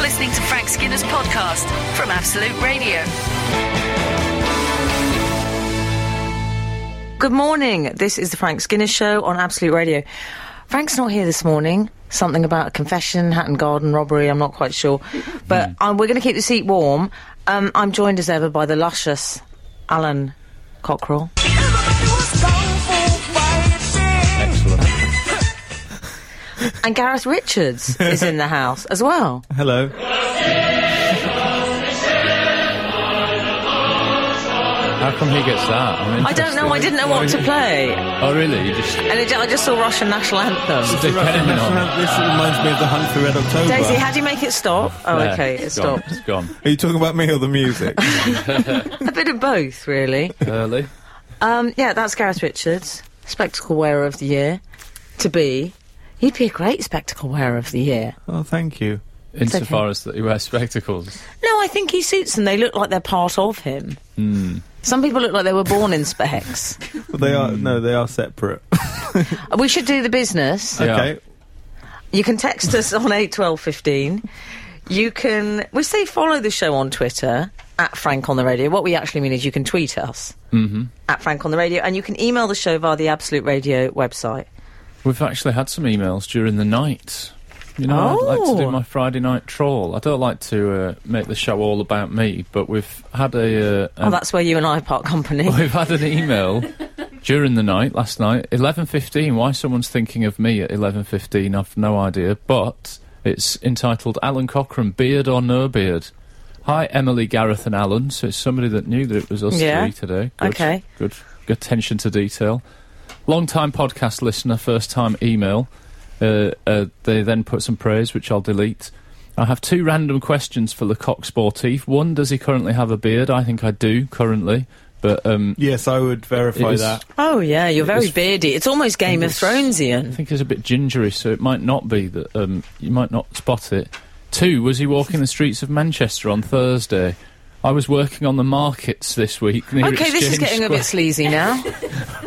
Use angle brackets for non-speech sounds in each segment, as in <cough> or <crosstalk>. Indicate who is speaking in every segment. Speaker 1: listening to Frank Skinner's podcast from Absolute Radio.
Speaker 2: Good morning. This is the Frank Skinner Show on Absolute Radio. Frank's not here this morning. Something about a confession, Hatton Garden robbery, I'm not quite sure. But um, we're going to keep the seat warm. Um, I'm joined as ever by the luscious Alan Cockrell. And Gareth Richards is in the house as well.
Speaker 3: Hello. How come he gets that? I'm
Speaker 2: I don't know, I didn't know what to play.
Speaker 3: Oh, really? You just.
Speaker 2: And it, I just saw Russian National Anthem.
Speaker 3: Depending on.
Speaker 4: This reminds me of the hunt for Red October.
Speaker 2: Daisy, how do you make it stop? Oh,
Speaker 3: There.
Speaker 2: okay, it
Speaker 3: It's gone.
Speaker 2: stopped.
Speaker 3: It's gone.
Speaker 4: Are you talking about me or
Speaker 2: <laughs>
Speaker 4: the music?
Speaker 2: A bit of both, really.
Speaker 3: Early.
Speaker 2: Um, yeah, that's Gareth Richards, spectacle wearer of the year. To be, he'd be a great spectacle wearer of the year.
Speaker 4: oh, thank you.
Speaker 3: Insofar as that he wears spectacles.
Speaker 2: No, I think he suits them. They look like they're part of him. Some people look like they were born in specs.
Speaker 4: But they are no, they are separate.
Speaker 2: Uh, we should do the business.
Speaker 3: Yeah.
Speaker 4: Okay.
Speaker 2: You can text us on eight twelve fifteen. You can we say follow the show on Twitter at Frank on the Radio. What we actually mean is you can tweet us at Frank on the Radio, and you can email the show via the Absolute Radio website.
Speaker 3: We've actually had some emails during the night. You know, I'd like to
Speaker 2: Oh.
Speaker 3: do my Friday night trawl. I don't like to uh, make the show all about me, but we've had a. Uh,
Speaker 2: Oh,
Speaker 3: an-
Speaker 2: that's where you and I part company.
Speaker 3: we've had an email during the night last night, eleven fifteen. Why someone's thinking of me at eleven fifteen? I've no idea, but it's entitled "Alan Cochrane, Beard or No Beard." Hi, Emily, Gareth, and Alan. So it's somebody that knew that it was us
Speaker 2: Yeah.
Speaker 3: three today. Good,
Speaker 2: Okay.
Speaker 3: good, good attention to detail. Long time podcast listener, first time email. Uh, uh, they then put some praise, which I'll delete. I have two random questions for Lecoq Sportif. One, does he currently have a beard? I think I do currently, but um,
Speaker 4: Yes, I would verify
Speaker 3: It was-
Speaker 4: that.
Speaker 2: Oh yeah, you're very
Speaker 3: was-
Speaker 2: beardy. It's almost Game of
Speaker 3: was- I
Speaker 2: Thronesian.
Speaker 3: think it's a bit gingery, so it might not be that um, you might not spot it. Two, was he walking the streets of Manchester on Thursday? I was working on the markets this week. Near
Speaker 2: Okay, this is
Speaker 3: Exchange
Speaker 2: getting a bit
Speaker 3: Square-
Speaker 2: sleazy
Speaker 3: <laughs>
Speaker 2: now.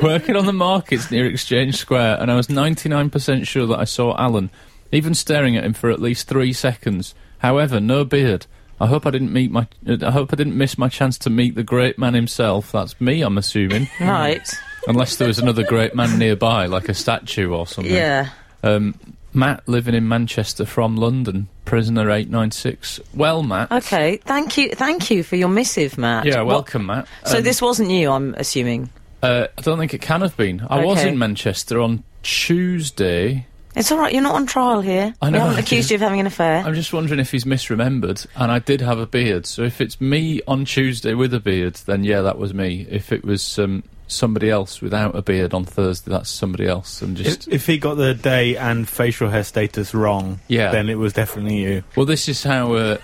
Speaker 3: working on the markets near Exchange Square, and I was 99% sure that I saw Alan, even staring at him for at least three seconds. However, no beard. I hope I didn't meet my. uh, I hope I didn't miss my chance to meet the great man himself. That's me, I'm assuming,
Speaker 2: <laughs> right.
Speaker 3: unless there was another great man nearby, like a statue or something.
Speaker 2: Yeah.
Speaker 3: Um, Matt living in Manchester from London, prisoner 896. Well, Matt.
Speaker 2: Okay. Thank you. Thank you for your missive, Matt.
Speaker 3: Yeah,
Speaker 2: What-
Speaker 3: welcome, Matt.
Speaker 2: So
Speaker 3: Um,
Speaker 2: this wasn't you, I'm assuming.
Speaker 3: Uh, I don't think it can have been. I was
Speaker 2: Okay.
Speaker 3: in Manchester on Tuesday.
Speaker 2: It's all right. You're not on trial here.
Speaker 3: I know,
Speaker 2: We haven't
Speaker 3: I
Speaker 2: accused
Speaker 3: just-
Speaker 2: you of having an affair.
Speaker 3: I'm just wondering if he's misremembered, and I did have a beard. So if it's me on Tuesday with a beard, then yeah, that was me. If it was um, somebody else without a beard on Thursday, that's somebody else. And just
Speaker 4: If, if he got the day and facial hair status wrong,
Speaker 3: Yeah.
Speaker 4: then it was definitely you.
Speaker 3: well, this is how uh,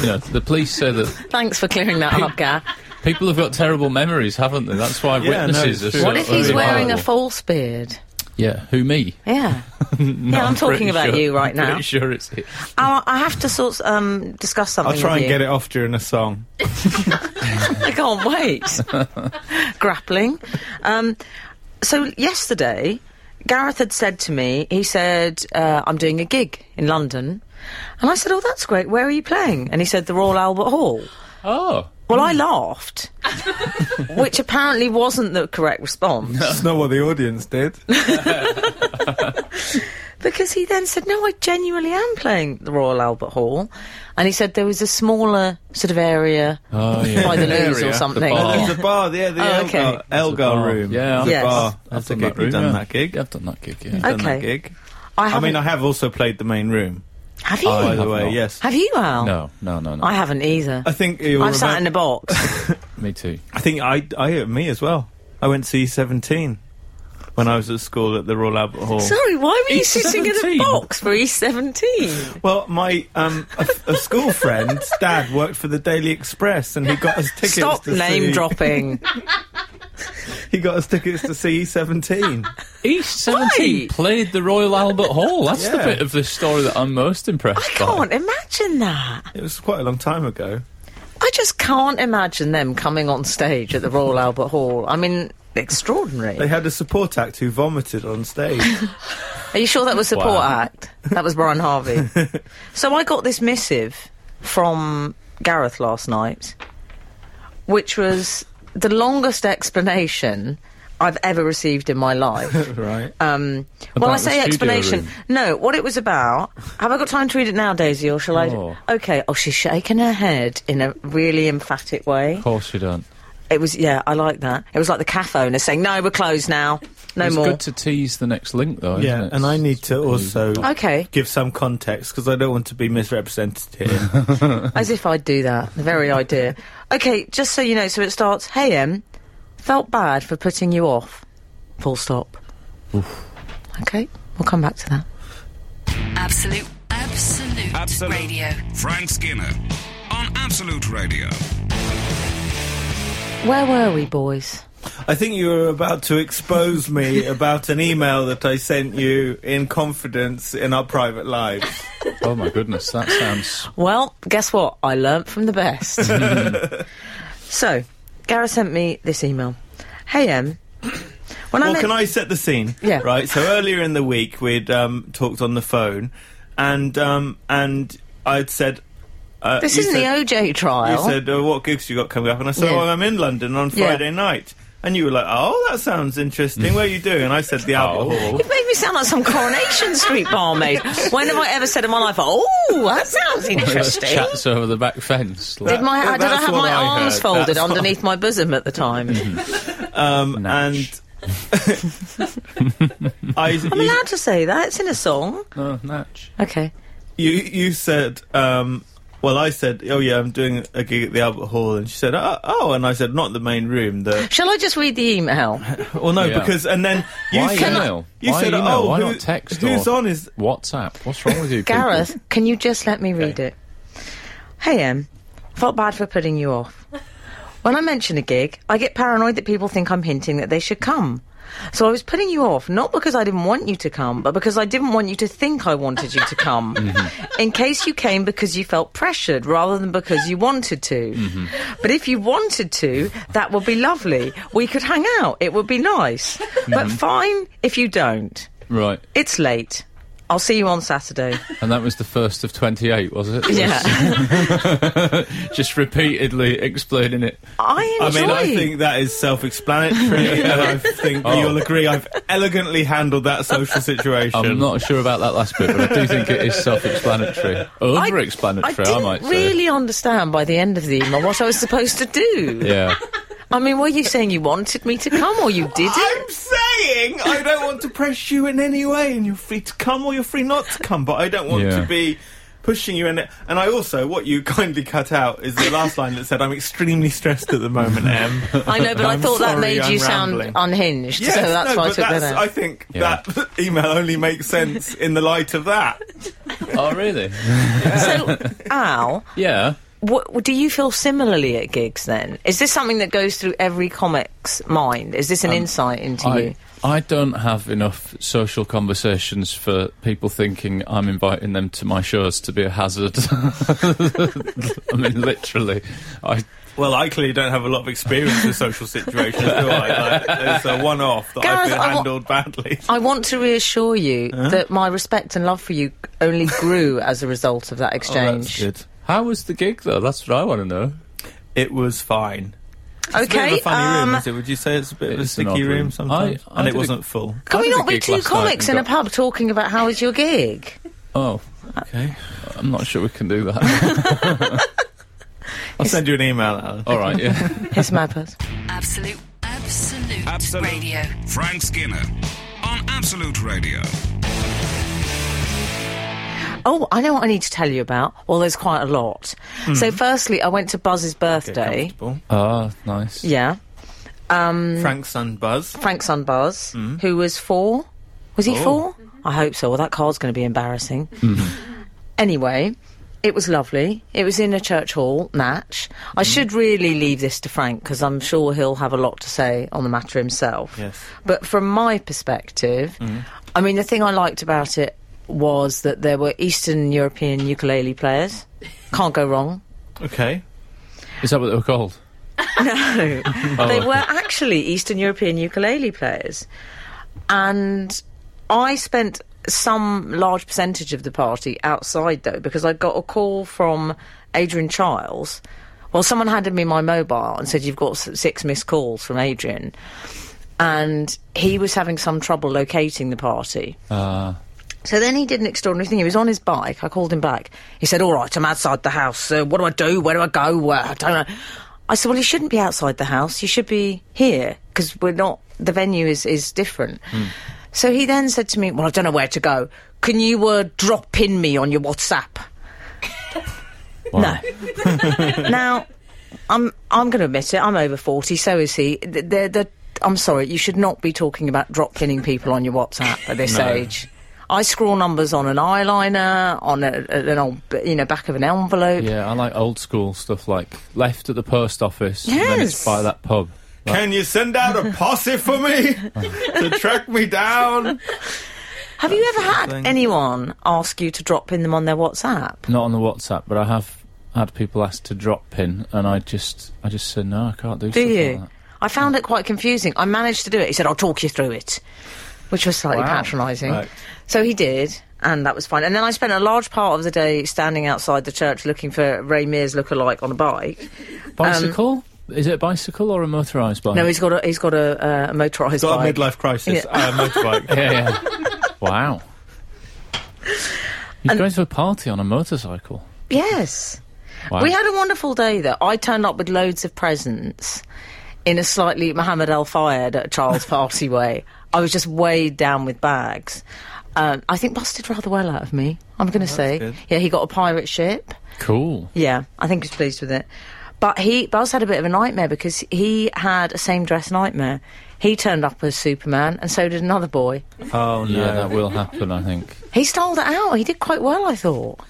Speaker 3: you know the police say that
Speaker 2: Thanks for clearing that up,
Speaker 3: <laughs>
Speaker 2: Gar.
Speaker 3: people have got terrible memories, haven't they? That's why
Speaker 4: Yeah, no,
Speaker 3: witnesses
Speaker 4: it's
Speaker 3: are.
Speaker 4: true.
Speaker 3: so
Speaker 2: What if he's
Speaker 3: unreliable.
Speaker 2: wearing a false beard?
Speaker 3: Yeah, who me? <laughs>
Speaker 2: Yeah. yeah, I'm talking
Speaker 3: pretty
Speaker 2: about
Speaker 3: sure-
Speaker 2: you right now.
Speaker 3: Pretty sure it's it.
Speaker 2: I, I have to sort of, um, discuss something.
Speaker 4: I'll try
Speaker 2: with
Speaker 4: and
Speaker 2: you.
Speaker 4: get it off during a
Speaker 3: <laughs>
Speaker 4: song.
Speaker 2: I can't wait. Grappling. Um, so yesterday, Gareth had said to me, he said, uh, I'm doing a gig in London. And I said, Oh, that's great. Where are you playing? And he said, The Royal Albert Hall.
Speaker 3: Oh,
Speaker 2: Well, I laughed, which apparently wasn't the correct response.
Speaker 4: That's not what the
Speaker 2: <laughs>
Speaker 4: audience did.
Speaker 2: Because he then said, No, I genuinely am playing the Royal Albert Hall. And he said there was a smaller sort of area
Speaker 3: oh yeah.
Speaker 2: by the
Speaker 3: Area,
Speaker 2: loo or something.
Speaker 3: bar.
Speaker 4: Oh, There's a bar, yeah, the
Speaker 2: Oh,
Speaker 4: Elgar,
Speaker 2: okay.
Speaker 3: There's a bar.
Speaker 4: Elgar room.
Speaker 3: Yeah,
Speaker 4: There's a
Speaker 2: Yes.
Speaker 4: bar.
Speaker 3: I've
Speaker 4: That's a
Speaker 3: done
Speaker 4: gig.
Speaker 3: that room.
Speaker 4: We've done
Speaker 3: yeah.
Speaker 4: that gig.
Speaker 3: Yeah, I've done that gig. Yeah.
Speaker 4: Done that
Speaker 2: Okay.
Speaker 4: gig.
Speaker 2: I,
Speaker 4: I
Speaker 2: haven't,
Speaker 4: mean, I have also played the main room.
Speaker 2: have you?
Speaker 3: I
Speaker 4: By the
Speaker 3: have
Speaker 4: way,
Speaker 3: not.
Speaker 4: yes.
Speaker 2: have you, Al?
Speaker 3: No, no, no, no.
Speaker 2: I haven't either.
Speaker 4: I think you'll
Speaker 2: I've sat
Speaker 4: remem-
Speaker 2: in a box.
Speaker 3: Me too.
Speaker 4: I think I, I, me as well. I went to E17 when I was at school at the Royal Albert Hall.
Speaker 2: Sorry, why were you sitting in a
Speaker 3: 17?
Speaker 2: box for E17?
Speaker 4: well, my um, a, a school friend's dad worked for the Daily Express, and he got us tickets.
Speaker 2: Stop
Speaker 4: to
Speaker 2: name
Speaker 4: see,
Speaker 2: dropping.
Speaker 4: He got us tickets to see E17.
Speaker 3: East
Speaker 2: 17
Speaker 3: 17 played the Royal Albert Hall. That's the
Speaker 4: Yeah.
Speaker 3: bit of this story that I'm most impressed
Speaker 2: I can't
Speaker 3: by.
Speaker 2: imagine that.
Speaker 4: it was quite a long time ago.
Speaker 2: I just can't imagine them coming on stage at the Royal Albert Hall. I mean,
Speaker 4: They
Speaker 2: extraordinary.
Speaker 4: had a support act who vomited
Speaker 2: <laughs>
Speaker 4: on stage.
Speaker 2: Are you sure that was support
Speaker 3: Wow.
Speaker 2: act? That was Brian Harvey. so I got this missive from Gareth last night, which was the longest explanation I've ever received in my life.
Speaker 4: right.
Speaker 2: Um, well,
Speaker 3: About
Speaker 2: I
Speaker 3: the
Speaker 2: say
Speaker 3: studio
Speaker 2: explanation.
Speaker 3: room.
Speaker 2: No, what it was about. Have I got time to read it now, Daisy, or shall
Speaker 3: Oh.
Speaker 2: I? Okay. Oh, she's shaking her head in a really emphatic way.
Speaker 3: Of course you don't.
Speaker 2: It was, yeah, I like that. It was like the cafe owner saying, "No, we're closed now. No
Speaker 3: it's
Speaker 2: more."
Speaker 3: good to tease the next link, though.
Speaker 4: Yeah,
Speaker 3: isn't it?
Speaker 4: and I need to also
Speaker 2: Okay.
Speaker 4: give some context because I don't want to be misrepresented here.
Speaker 2: As if I'd do that. The very idea. Okay, just so you know, so it starts, Hey Em, felt bad for putting you off. Full stop. Okay, we'll come back to that.
Speaker 1: Absolute, absolute,
Speaker 5: Absolute.
Speaker 1: radio.
Speaker 5: Frank Skinner on Absolute Radio.
Speaker 2: Where were we, boys?
Speaker 4: I think you were about to
Speaker 2: <laughs>
Speaker 4: expose me about an email that I sent you in confidence in our
Speaker 2: <laughs>
Speaker 4: private lives.
Speaker 3: Oh my goodness, that sounds.
Speaker 2: Well, guess what? I learnt from the best. so, Gareth sent me this email. Hey Em, when I
Speaker 4: Well,
Speaker 2: met-
Speaker 4: can I set the scene?
Speaker 2: Yeah.
Speaker 4: Right. So earlier in the week, we'd um, talked on the phone, and um, and I'd said. Uh,
Speaker 2: this
Speaker 4: you
Speaker 2: isn't
Speaker 4: said-
Speaker 2: the OJ
Speaker 4: You
Speaker 2: trial.
Speaker 4: said, uh, "What gigs you got coming up?" And I said,
Speaker 2: Yeah.
Speaker 4: "Oh, I'm in London on
Speaker 2: Yeah.
Speaker 4: Friday night." And you were like, "Oh, that sounds interesting. Where are you doing?" And I said, "The Albert Hall."
Speaker 2: You made me sound like some Coronation Street barmaid. When have I ever said in my life, "Oh, that
Speaker 4: <laughs>
Speaker 2: sounds interesting"?
Speaker 3: Chats over the back fence.
Speaker 2: Did my
Speaker 4: Yeah,
Speaker 2: did I
Speaker 4: that's
Speaker 2: have
Speaker 4: what
Speaker 2: my
Speaker 4: I
Speaker 2: arms
Speaker 4: heard.
Speaker 2: folded
Speaker 4: That's what-
Speaker 2: underneath my bosom at the time?
Speaker 4: <laughs>
Speaker 2: I'm
Speaker 4: Um,
Speaker 3: Nash.
Speaker 4: and <laughs> I, you,
Speaker 2: allowed to say that. It's in a song.
Speaker 3: no, Natch.
Speaker 2: Okay.
Speaker 4: you you said, um, well, I said, "Oh yeah, I'm doing a gig at the Albert Hall," and she said, "Oh,", oh," and I said, "Not the main room, the <laughs>
Speaker 2: Shall I just read the email?
Speaker 4: Well, no,
Speaker 3: Yeah.
Speaker 4: because and then you
Speaker 3: Why
Speaker 4: said,
Speaker 3: email?
Speaker 4: You
Speaker 3: Why
Speaker 4: said,
Speaker 3: email?
Speaker 4: "Oh,
Speaker 3: Why
Speaker 4: who-
Speaker 3: not text
Speaker 4: Who's
Speaker 3: or-
Speaker 4: on his
Speaker 3: WhatsApp. What's wrong with you, people?
Speaker 2: Gareth, can you just let me read it? Hey, Em. Felt bad for putting you off. When I mention a gig, I get paranoid that people think I'm hinting that they should come. So I was putting you off, not because I didn't want you to come, but because I didn't want you to think I wanted you to <laughs> come. In case you came because you felt pressured rather than because you wanted to. But if you wanted to, that would be lovely. We could hang out. It would be nice. But fine if you don't.
Speaker 3: Right,
Speaker 2: It's late. I'll see you on Saturday.
Speaker 3: and that was the first of twenty-eight, was
Speaker 2: <laughs>
Speaker 3: it?
Speaker 2: Yeah.
Speaker 3: Just repeatedly explaining it.
Speaker 2: I
Speaker 4: I
Speaker 2: enjoy.
Speaker 4: mean, I think that is <laughs> self-explanatory, and I think
Speaker 3: Oh.
Speaker 4: you'll agree I've elegantly handled
Speaker 3: <laughs>
Speaker 4: that social situation.
Speaker 3: I'm not sure about that last bit, but I do think it is self-explanatory,
Speaker 2: I
Speaker 3: over-explanatory. I,
Speaker 2: didn't
Speaker 3: might say.
Speaker 2: really understand by the end of the email what I was supposed to
Speaker 4: <laughs>
Speaker 2: do.
Speaker 3: Yeah.
Speaker 2: I mean, were you saying you wanted me to come or you
Speaker 4: I'm
Speaker 2: didn't?
Speaker 4: saying I don't want to press you in any way, and you're free to come or you're free not to come. But I don't want
Speaker 3: Yeah.
Speaker 4: to be pushing you in it. And I also, what you kindly cut out is the last line that said, "I'm extremely stressed at the
Speaker 3: <laughs>
Speaker 4: moment, Em."
Speaker 2: I know, but I
Speaker 4: I'm
Speaker 2: thought that
Speaker 4: sorry,
Speaker 2: made you
Speaker 4: I'm
Speaker 2: sound
Speaker 4: rambling.
Speaker 2: unhinged,
Speaker 4: Yes,
Speaker 2: so that's
Speaker 4: no,
Speaker 2: why I
Speaker 4: but
Speaker 2: took that
Speaker 4: that's-
Speaker 2: out.
Speaker 4: I think
Speaker 3: Yeah.
Speaker 4: that <laughs> email only makes sense in the light of that.
Speaker 3: Oh, really?
Speaker 2: So, Al,
Speaker 3: Yeah.
Speaker 2: what, do you feel similarly at gigs then? Is this something that goes through every comic's mind? Is
Speaker 4: Um,
Speaker 2: this an insight into you?
Speaker 3: I, I don't have enough social conversations for people thinking I'm inviting them to my shows to be a hazard. <laughs> I mean, literally. I
Speaker 4: Well, I clearly don't have a lot of experience with social situations, do I? Like, it's a one-off that
Speaker 2: Gareth,
Speaker 4: I've been
Speaker 2: I wa-
Speaker 4: handled badly.
Speaker 2: I want to reassure you that my respect and love for you only grew as a result of
Speaker 4: Oh,
Speaker 2: that exchange.
Speaker 3: How was the gig, though? That's what I want to know.
Speaker 4: It was fine.
Speaker 2: okay.
Speaker 4: It's a bit of a funny
Speaker 2: um,
Speaker 4: room, is it? Would you say it's a bit of a
Speaker 3: It's an odd
Speaker 4: sticky room,
Speaker 3: room.
Speaker 4: sometimes?
Speaker 3: I- I
Speaker 4: and it
Speaker 3: did a-
Speaker 4: wasn't
Speaker 3: <laughs>
Speaker 4: full.
Speaker 2: Can
Speaker 3: I
Speaker 2: we
Speaker 3: did a
Speaker 2: not be
Speaker 3: gig
Speaker 2: two
Speaker 3: last night
Speaker 2: comics in
Speaker 3: and
Speaker 2: a pub talking about how was your gig?
Speaker 3: Oh,
Speaker 4: Okay.
Speaker 3: I'm not sure we can do
Speaker 2: <laughs>
Speaker 3: that.
Speaker 4: I'll send you an email, Alan.
Speaker 3: All right, yeah.
Speaker 2: It's madness.
Speaker 1: Absolute, absolute,
Speaker 5: Absolute.
Speaker 1: radio.
Speaker 5: Frank Skinner on Absolute Radio.
Speaker 2: <laughs> Oh, I know what I need to tell you about. Well, there's quite a lot. So, firstly, I went to Buzz's birthday.
Speaker 4: Comfortable.
Speaker 3: Ah, nice.
Speaker 2: yeah, Mm.
Speaker 4: Frank's son Buzz.
Speaker 2: Frank's son Buzz, who was four. Was he
Speaker 4: Mm-hmm. Oh. Mm-hmm.
Speaker 2: four? I hope so. Well, that card's going to be embarrassing. Anyway, it was lovely. It was in a church hall, Natch. I
Speaker 4: Mm-hmm.
Speaker 2: should really leave this to Frank because I'm sure he'll have a lot to say on the matter himself.
Speaker 4: Yes. Mm-hmm.
Speaker 2: But from my perspective, I mean, the thing I liked about it was that there were Eastern European ukulele players. Can't go wrong.
Speaker 4: Okay.
Speaker 3: Is that what they were called?
Speaker 2: No, they
Speaker 3: okay.
Speaker 2: were actually Eastern European ukulele players, and I spent some large percentage of the party outside though, because I got a call from Adrian Childs. Well, someone handed me my mobile and said you've got s- six missed calls from Adrian, and he was having some trouble locating the party.
Speaker 3: Uh,
Speaker 2: So then he did an extraordinary thing. He was on his bike. I called him back. He said, "All right, I'm outside the house. Uh, what do I do? Where do I go? Uh, I don't know." I said, "Well, you shouldn't be outside the house. You should be here because we're not. The venue is is different." So he then said to me, "Well, I don't know where to go. Can you uh, drop in me on your WhatsApp?"
Speaker 3: wow.
Speaker 2: <laughs> now, I'm I'm going to admit it. I'm over forty. So is he. Th- They're, they're, I'm sorry. You should not be talking about drop pinning people on your WhatsApp at this
Speaker 4: No.
Speaker 2: age. I scrawl numbers on an eyeliner, on a, a- an old, b- you know, back of an envelope.
Speaker 3: Yeah, I like old school stuff like left at the post office and then
Speaker 2: Yes.
Speaker 3: it's by that pub. Like,
Speaker 4: Can you send out a posse for
Speaker 2: <laughs>
Speaker 4: me to track me down?
Speaker 2: Have you ever had
Speaker 4: thing.
Speaker 2: anyone ask you to drop pin them on their WhatsApp?
Speaker 3: not on the WhatsApp, but I have had people ask to drop pin and I just I just said no, I can't do,
Speaker 2: Do
Speaker 3: stuff
Speaker 2: you?
Speaker 3: like that.
Speaker 2: I found it quite confusing. I managed to do it. He said, I'll talk you through it, which was slightly
Speaker 3: Wow.
Speaker 2: patronising.
Speaker 3: Right.
Speaker 2: So he did, and that was fine. And then I spent a large part of the day standing outside the church looking for Ray Mears lookalike on a bike.
Speaker 3: Bicycle? Is it a bicycle or a motorised bike?
Speaker 2: Um, No, he's got a, he's got a, uh, a motorised
Speaker 4: Got a
Speaker 2: bike.
Speaker 4: midlife crisis. Uh,
Speaker 3: <laughs> <laughs>
Speaker 4: motorbike.
Speaker 3: Yeah, yeah. wow. You're going to a party on a motorcycle.
Speaker 2: Yes.
Speaker 3: Wow.
Speaker 2: We had a wonderful day, though. I turned up with loads of presents in a slightly Mohammed Al Fayed at Charles Party <laughs> way. I was just weighed down with bags. Um, I think busted rather well out of me, I'm going to say.
Speaker 4: good.
Speaker 2: Yeah, he got a pirate ship.
Speaker 3: cool.
Speaker 2: Yeah, I think he's pleased with it. But he, Buzz had a bit of a nightmare because he had a same dress nightmare. He turned up as Superman, and so did another boy.
Speaker 4: Oh no.
Speaker 3: Yeah, that will happen, I think.
Speaker 2: He stole it out. He did quite well, I thought.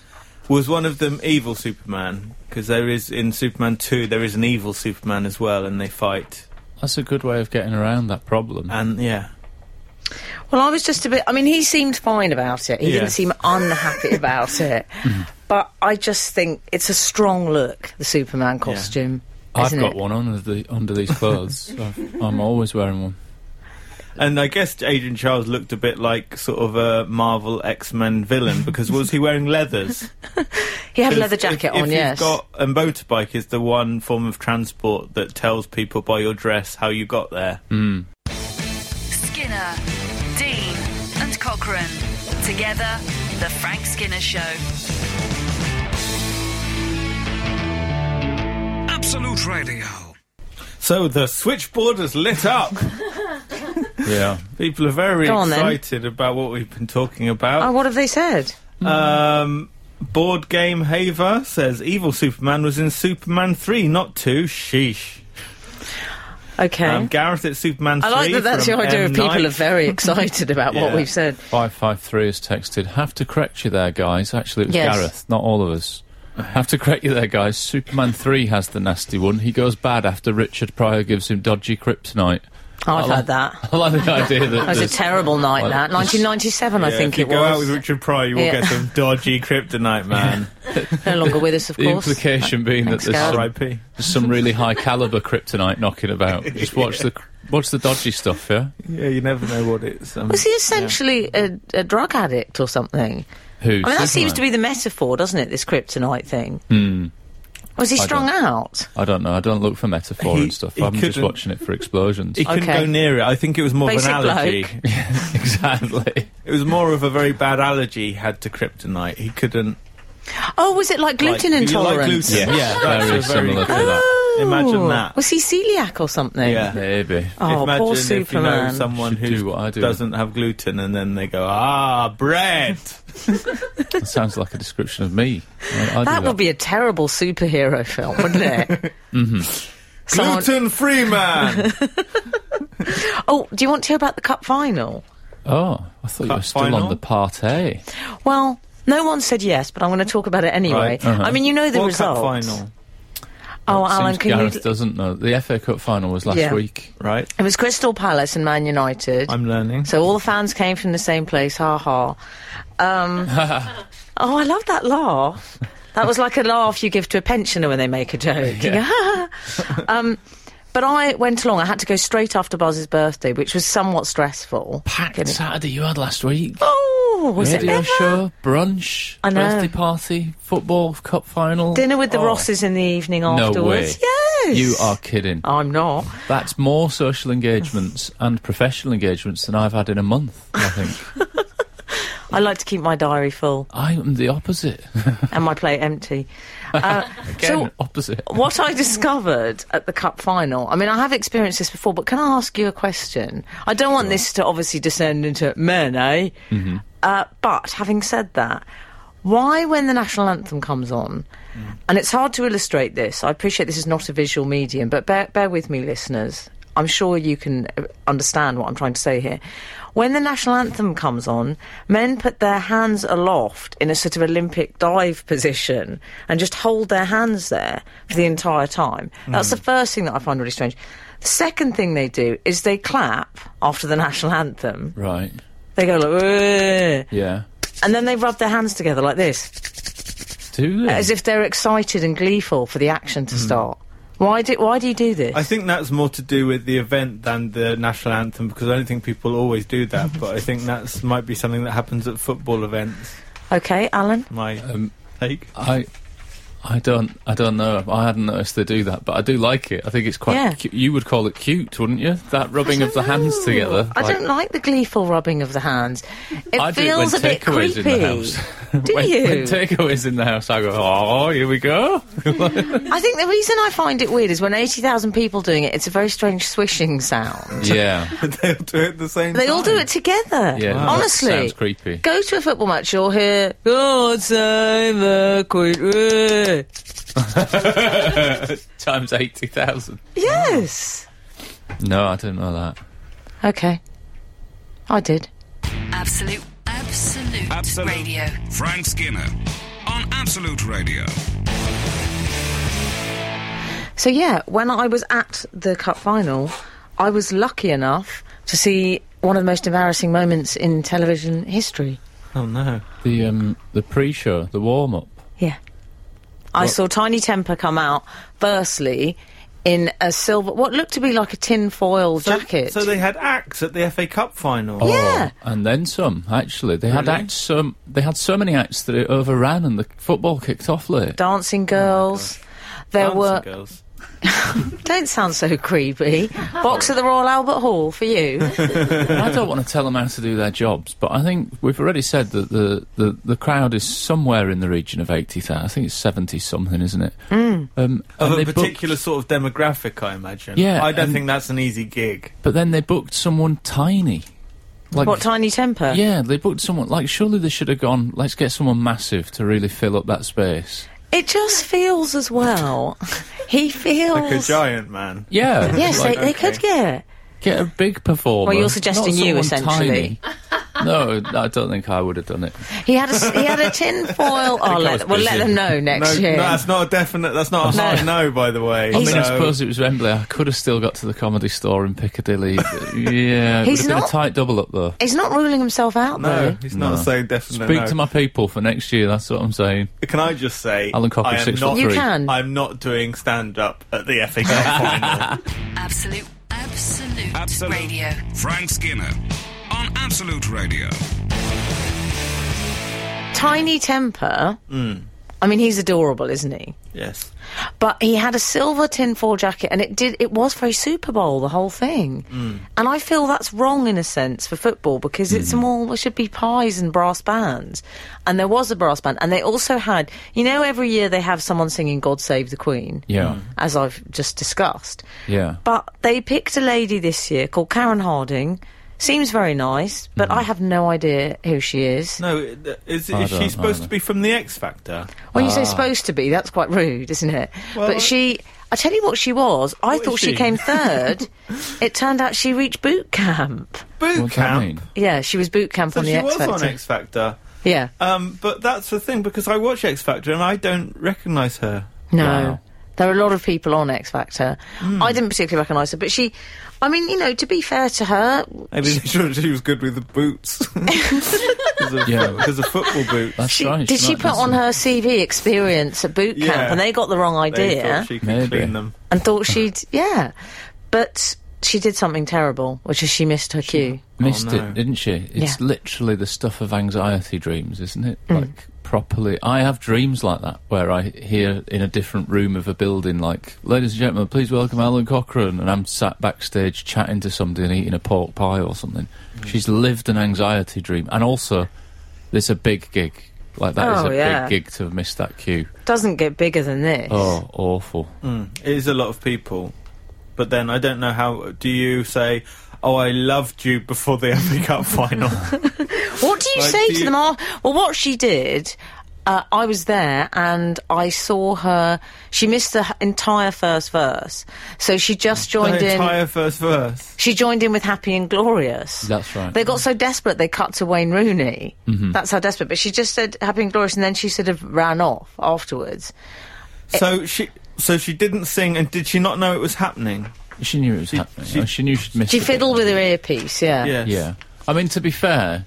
Speaker 4: Was one of them evil Superman? Because there is in Superman two, there is an evil Superman as well, and they fight.
Speaker 3: That's a good way of getting around that
Speaker 2: Uh,
Speaker 3: problem.
Speaker 4: And yeah,
Speaker 2: Well, I was just a bit. I mean, he seemed fine about it. He
Speaker 4: Yeah.
Speaker 2: didn't seem unhappy about
Speaker 4: <laughs>
Speaker 2: it. But I just think it's a strong look, the Superman costume.
Speaker 3: I've
Speaker 2: isn't
Speaker 3: got
Speaker 2: it?
Speaker 3: one under the under these clothes. I've, I'm always wearing one.
Speaker 4: and I guess Adrian Charles looked a bit like sort of a Marvel X Men villain because was he wearing leathers?
Speaker 2: He had a
Speaker 4: If-
Speaker 2: leather
Speaker 4: if-
Speaker 2: jacket
Speaker 4: if
Speaker 2: on,
Speaker 4: you've
Speaker 2: yes.
Speaker 4: Got a motorbike is the one form of transport that tells people by your dress how you got there.
Speaker 1: Skinner, Dean, and Cochrane. Together, The Frank Skinner Show.
Speaker 5: Absolute Radio.
Speaker 4: So the switchboard is
Speaker 2: <laughs>
Speaker 4: lit up.
Speaker 3: Yeah.
Speaker 4: people are very
Speaker 2: Go on then.
Speaker 4: excited about what we've been talking about.
Speaker 2: Oh, what have they said?
Speaker 4: Um, board game Haver says evil Superman was in Superman three, not two. Sheesh.
Speaker 2: Okay.
Speaker 4: Um, Gareth at Superman
Speaker 2: Eh? I
Speaker 4: three.
Speaker 2: like that that's
Speaker 4: from
Speaker 2: your idea of
Speaker 4: M.
Speaker 2: people
Speaker 4: Knight.
Speaker 2: are very excited about what
Speaker 4: <laughs> Yeah.
Speaker 2: we've said.
Speaker 3: 553 has texted, have to correct you there, guys. Actually, it was
Speaker 2: Yes.
Speaker 3: Gareth, not all of us. Have to correct you there, guys. Superman 3 has the nasty one. He goes bad after Richard Pryor gives him dodgy kryptonite. <laughs>
Speaker 2: Oh, I've
Speaker 3: I
Speaker 2: had
Speaker 3: like-
Speaker 2: that.
Speaker 3: I like the idea that.
Speaker 2: That was a
Speaker 3: there's-
Speaker 2: terrible night,
Speaker 3: Well,
Speaker 2: that.
Speaker 3: it's-
Speaker 2: 1997, I
Speaker 4: Yeah,
Speaker 2: think
Speaker 4: if you
Speaker 2: it
Speaker 4: go out
Speaker 2: was.
Speaker 4: with Richard Pryor, you will
Speaker 2: Yeah.
Speaker 4: get some dodgy
Speaker 2: <laughs>
Speaker 4: kryptonite, man.
Speaker 2: no longer with us, of
Speaker 3: the
Speaker 2: course.
Speaker 3: implication being that
Speaker 2: Thanks,
Speaker 3: there's
Speaker 2: Gareth.
Speaker 3: some,
Speaker 4: R.I.P.
Speaker 3: there's some really high caliber kryptonite knocking
Speaker 4: <laughs>
Speaker 3: about. Just watch the watch the dodgy stuff, yeah.
Speaker 4: Yeah, you never know what it's. Um,
Speaker 2: Was he essentially a, a drug addict or something?
Speaker 3: Who?
Speaker 2: I mean, that seems to be the metaphor, doesn't it? This kryptonite thing.
Speaker 4: Hmm.
Speaker 2: Was he
Speaker 3: I
Speaker 2: strung out?
Speaker 3: I don't know. I don't look for metaphor
Speaker 4: He-
Speaker 3: and stuff.
Speaker 4: he
Speaker 3: I'm just
Speaker 4: couldn't-
Speaker 3: watching it for explosions. <laughs>
Speaker 4: He couldn't
Speaker 2: Okay.
Speaker 4: go near it. I think it was more
Speaker 2: Basic
Speaker 4: of an allergy.
Speaker 2: bloke.
Speaker 3: exactly.
Speaker 4: <laughs> It was more of a very bad allergy he had to kryptonite. He couldn't.
Speaker 2: Oh, was it like gluten
Speaker 4: like, you like
Speaker 2: intolerance?
Speaker 4: gluten?
Speaker 3: Yes,
Speaker 4: Yeah, that's
Speaker 3: very
Speaker 4: a very
Speaker 3: similar to
Speaker 4: good-
Speaker 3: that.
Speaker 2: Oh.
Speaker 4: Imagine that.
Speaker 2: Was he celiac or something?
Speaker 4: Yeah.
Speaker 3: Maybe.
Speaker 2: Oh,
Speaker 4: Imagine
Speaker 2: poor
Speaker 4: if you know
Speaker 2: Superman.
Speaker 4: someone
Speaker 3: Should
Speaker 4: who
Speaker 3: do what I do.
Speaker 4: doesn't have gluten, and then they go, "Ah, bread."
Speaker 3: That sounds like a description of me. I, I
Speaker 2: That
Speaker 3: do
Speaker 2: would be a terrible superhero film, wouldn't it?
Speaker 4: <laughs>
Speaker 2: mm-hmm. <laughs> Someone, <laughs>
Speaker 4: Gluten-free man.
Speaker 2: oh, do you want to hear about the cup final?
Speaker 3: Oh, I thought you
Speaker 4: Cup
Speaker 3: were still
Speaker 4: final?
Speaker 3: on the party.
Speaker 2: Well, no one said yes, but I'm going to talk about it anyway.
Speaker 4: Right,
Speaker 3: uh-huh.
Speaker 2: I mean, you know the
Speaker 4: World
Speaker 2: result.
Speaker 4: Cup final,
Speaker 2: Oh, Alan,
Speaker 3: Seems
Speaker 2: can
Speaker 3: Gareth
Speaker 2: you?
Speaker 3: doesn't know. The FA Cup final was last
Speaker 2: Yeah.
Speaker 3: week.
Speaker 4: right?
Speaker 2: It was Crystal Palace and Man United.
Speaker 4: I'm learning.
Speaker 2: So all the fans came from the same place. Ha ha.
Speaker 3: <laughs>
Speaker 2: Um, oh, I love that laugh. That was like a laugh you give to a pensioner when they make a joke.
Speaker 3: Yeah.
Speaker 2: <laughs> um, but I went along. I had to go straight after Buzz's birthday, which was somewhat stressful.
Speaker 3: Packed Saturday you had last week.
Speaker 2: Oh, Oh, was it
Speaker 3: Radio
Speaker 2: ever?
Speaker 3: show, brunch,
Speaker 2: I know.
Speaker 3: birthday party, football cup final.
Speaker 2: Dinner with the
Speaker 3: Oh,
Speaker 2: Rosses in the evening
Speaker 3: No
Speaker 2: afterwards. Yes.
Speaker 3: way.
Speaker 2: Oh.
Speaker 3: You are kidding.
Speaker 2: I'm not.
Speaker 3: That's more
Speaker 2: <sighs>
Speaker 3: social engagements and professional engagements than I've had in a month, I
Speaker 2: <laughs>
Speaker 3: think.
Speaker 2: I like to keep my diary full
Speaker 3: I am the opposite.
Speaker 2: and my plate empty. Uh,
Speaker 3: <laughs> Again, opposite.
Speaker 2: what I discovered at the cup final, I mean, I have experienced this before, but can I ask you a question? I don't want this to obviously descend into men, eh? Uh, but having said that, why, when the national anthem comes on, and it's hard to illustrate this, I appreciate this is not a visual medium, but bear, bear with me, listeners. I'm sure you can uh, understand what I'm trying to say here. When the national anthem comes on, men put their hands aloft in a sort of Olympic dive position and just hold their hands there for the entire time. That's the first thing that I find really strange. The second thing they do is they clap after the <laughs> national anthem.
Speaker 3: Right.
Speaker 2: They go like, "Whoa,"
Speaker 3: Yeah.
Speaker 2: and then they rub their hands together like this,
Speaker 3: Do they?
Speaker 2: as if they're excited and gleeful for the action to start. Why do Why do you do this?
Speaker 4: I think that's more to do with the event than the national anthem because I don't think people always do that. but I think that's might be something that happens at football events.
Speaker 2: okay, Alan.
Speaker 4: My
Speaker 3: Um,
Speaker 4: take.
Speaker 3: I I don't I don't know. I hadn't noticed they do that, but I do like it. I think it's quite.
Speaker 2: Yeah.
Speaker 3: Cu- you would call it cute, wouldn't you? That rubbing of the hands together.
Speaker 2: I don't like the gleeful rubbing of the hands. It
Speaker 3: I do it when
Speaker 2: feels a bit
Speaker 3: takeaways
Speaker 2: creepy.
Speaker 3: in the house.
Speaker 2: <laughs> Do
Speaker 3: <laughs> when,
Speaker 2: you?
Speaker 3: When takeaways in the house, I go. Oh, here we <laughs> go.
Speaker 2: I think the reason I find it weird is when eighty thousand people doing it, it's a very strange swishing sound.
Speaker 3: yeah.
Speaker 4: They'll do it at the same
Speaker 2: They
Speaker 4: time.
Speaker 2: all do it together.
Speaker 3: Yeah. that
Speaker 2: Honestly.
Speaker 3: Sounds creepy.
Speaker 2: Go to a football match, you'll hear God save the
Speaker 3: <laughs>
Speaker 2: Queen.
Speaker 3: Times eighty thousand.
Speaker 2: Yes.
Speaker 3: No, I didn't know that.
Speaker 2: Okay. I did.
Speaker 1: Absolute, absolute,
Speaker 5: Absolute.
Speaker 1: radio.
Speaker 5: Frank Skinner on Absolute Radio.
Speaker 2: So yeah, when I was at the cup final, I was lucky enough to see one of the most embarrassing moments in television history.
Speaker 4: Oh no!
Speaker 3: The um the pre-show, the warm-up.
Speaker 2: Yeah. I saw Tiny Temper come out firstly in a silver what looked to be like a tin foil jacket.
Speaker 4: So they had acts at the FA Cup final.
Speaker 3: Oh,
Speaker 2: Yeah.
Speaker 3: and then some. Actually, they had
Speaker 4: Really?
Speaker 3: acts. Some they had so many acts that it overran, and the football kicked off late.
Speaker 2: Dancing girls. there
Speaker 4: Oh Dancing
Speaker 2: were
Speaker 4: girls.
Speaker 2: Don't sound so
Speaker 4: <laughs>
Speaker 2: creepy. Box at the Royal Albert Hall for you.
Speaker 3: I don't want to tell them how to do their jobs, but I think we've already said that the, the, the crowd is somewhere in the region of 80,000. I think it's 70 something, isn't it?
Speaker 2: Mm.
Speaker 3: Um, and
Speaker 4: of
Speaker 3: they
Speaker 4: a
Speaker 3: booked-
Speaker 4: particular sort of demographic, I imagine.
Speaker 3: Yeah,
Speaker 4: I don't
Speaker 3: and-
Speaker 4: think that's an easy gig.
Speaker 3: but then they booked someone tiny. Like,
Speaker 2: What Tiny Temper?
Speaker 3: yeah, they booked someone. Like, surely they should have gone, let's get someone massive to really fill up that space.
Speaker 2: It just feels as well. he feels
Speaker 4: <laughs> Like a giant man.
Speaker 3: Yeah.
Speaker 2: Yes,
Speaker 3: like,
Speaker 2: they, they could get.
Speaker 3: get a big performer.
Speaker 2: Well, you're suggesting
Speaker 3: not
Speaker 2: you,
Speaker 3: someone
Speaker 2: essentially.
Speaker 3: tiny. no, I don't think I would have done it.
Speaker 2: He had a s- he had a
Speaker 4: <laughs>
Speaker 2: tin foil. Oh,
Speaker 3: was
Speaker 2: let, we'll let
Speaker 3: busy.
Speaker 2: them know
Speaker 4: No,
Speaker 2: next
Speaker 4: no,
Speaker 2: year.
Speaker 4: that's not a definite. That's not a hard no, by the way.
Speaker 3: I mean, I
Speaker 4: So-
Speaker 3: suppose it was Wembley. I could have still got to the comedy store in
Speaker 4: <laughs>
Speaker 3: Piccadilly. yeah, it would
Speaker 2: He's
Speaker 3: have been a
Speaker 2: not-
Speaker 3: tight double up though.
Speaker 2: He's not ruling himself out
Speaker 4: No,
Speaker 2: though.
Speaker 4: he's not saying definite.
Speaker 3: Speak
Speaker 4: no.
Speaker 3: to my people for next year. That's what I'm saying.
Speaker 4: Can I just say,
Speaker 3: Alan Cocker,
Speaker 4: I am
Speaker 3: six foot
Speaker 4: not.
Speaker 3: three.
Speaker 2: You can.
Speaker 4: I'm not doing stand up at the
Speaker 3: <laughs>
Speaker 4: FA Cup final.
Speaker 1: Absolute, absolute,
Speaker 5: Absolute.
Speaker 1: radio.
Speaker 5: Frank Skinner on Absolute Radio.
Speaker 2: Tiny temper.
Speaker 4: Mm.
Speaker 2: I mean, he's adorable, isn't he?
Speaker 4: Yes.
Speaker 2: But he had a silver tin foil jacket, and it did. It was very Super Bowl, the whole thing.
Speaker 4: Mm.
Speaker 2: And I feel that's wrong in a sense for football because
Speaker 4: Mm-hmm.
Speaker 2: it's more there should be pies and brass bands, and there was a brass band, and they also had. You know, every year they have someone singing "God Save the Queen."
Speaker 3: Yeah,
Speaker 2: as I've just discussed.
Speaker 3: yeah.
Speaker 2: But they picked a lady this year called Karen Harding. Seems very nice, but I have no idea who she is.
Speaker 4: Hmm. No, i- is,
Speaker 3: I
Speaker 4: is
Speaker 3: don't
Speaker 4: she supposed
Speaker 3: either.
Speaker 4: to be from the X Factor?
Speaker 2: When you say supposed to be, that's quite rude, isn't it?
Speaker 4: Ah. Well, I-
Speaker 2: but she. I tell you what she was. I
Speaker 4: is
Speaker 2: thought she?
Speaker 4: she?
Speaker 2: came
Speaker 4: <laughs>
Speaker 2: third. it turned out she reached boot camp.
Speaker 4: Boot
Speaker 3: What does that
Speaker 4: camp.
Speaker 3: mean?
Speaker 2: Yeah, she was boot camp
Speaker 4: So
Speaker 2: on
Speaker 4: she
Speaker 2: the X
Speaker 4: was
Speaker 2: Factor.
Speaker 4: on X Factor.
Speaker 2: Yeah.
Speaker 4: Um, but that's the thing because I watch X Factor and I don't recognise her.
Speaker 2: No.
Speaker 3: Wow.
Speaker 2: There are a lot of people on X Factor.
Speaker 4: Hmm.
Speaker 2: I didn't particularly recognise her, but she. I mean, you know, to be fair to her,
Speaker 4: Maybe
Speaker 3: <laughs>
Speaker 4: they thought she was good with the boots. <laughs> Because of,
Speaker 3: Yeah.
Speaker 4: because of football boots.
Speaker 3: That's
Speaker 2: She,
Speaker 3: right.
Speaker 2: did she
Speaker 3: might
Speaker 2: put on her
Speaker 3: listen.
Speaker 2: CV experience at boot camp,
Speaker 4: Yeah.
Speaker 2: and they got the wrong
Speaker 4: They
Speaker 2: idea
Speaker 4: thought she could
Speaker 3: Maybe.
Speaker 4: clean them.
Speaker 2: and thought she'd yeah, but she did something terrible, which is she missed her cue.
Speaker 3: Missed
Speaker 4: Oh, no.
Speaker 3: it, didn't she? It's
Speaker 2: Yeah. Mm.
Speaker 3: literally the stuff of anxiety dreams, isn't it? Like properly. I have dreams like that where I hear in a different room of a building, like, "Ladies and gentlemen, please welcome Alan Cochrane," and I'm sat backstage chatting to somebody and eating a pork pie or something. She's lived an anxiety dream, and also, it's a big gig. Like that is
Speaker 2: Oh,
Speaker 3: a
Speaker 2: yeah.
Speaker 3: big gig to have missed that cue.
Speaker 2: Doesn't get bigger than this.
Speaker 3: Oh, awful.
Speaker 4: It is a lot of people, but then I don't know how. Do you say, "Oh, I loved you" before the FA
Speaker 3: <laughs>
Speaker 4: Cup final?
Speaker 2: What do you
Speaker 4: Like,
Speaker 2: say
Speaker 4: do
Speaker 2: to
Speaker 4: you-
Speaker 2: them? All? Well, what she did, uh, I was there and I saw her. She missed the h- entire first verse, so she just joined
Speaker 4: the
Speaker 2: in.
Speaker 4: entire first verse.
Speaker 2: She joined in with Happy and Glorious.
Speaker 3: That's right.
Speaker 2: They got so desperate they cut to Wayne Rooney. That's how desperate. But she just said Happy and Glorious, and then she sort of ran off afterwards. Eh.
Speaker 4: So she, so she didn't sing, and did she not know it was happening?
Speaker 3: She knew it was happening.
Speaker 4: she-
Speaker 3: She, she knew she'd missed
Speaker 2: She
Speaker 3: it.
Speaker 2: fiddled with her earpiece. Yeah.
Speaker 4: Yes.
Speaker 3: Yeah. I mean, to be fair,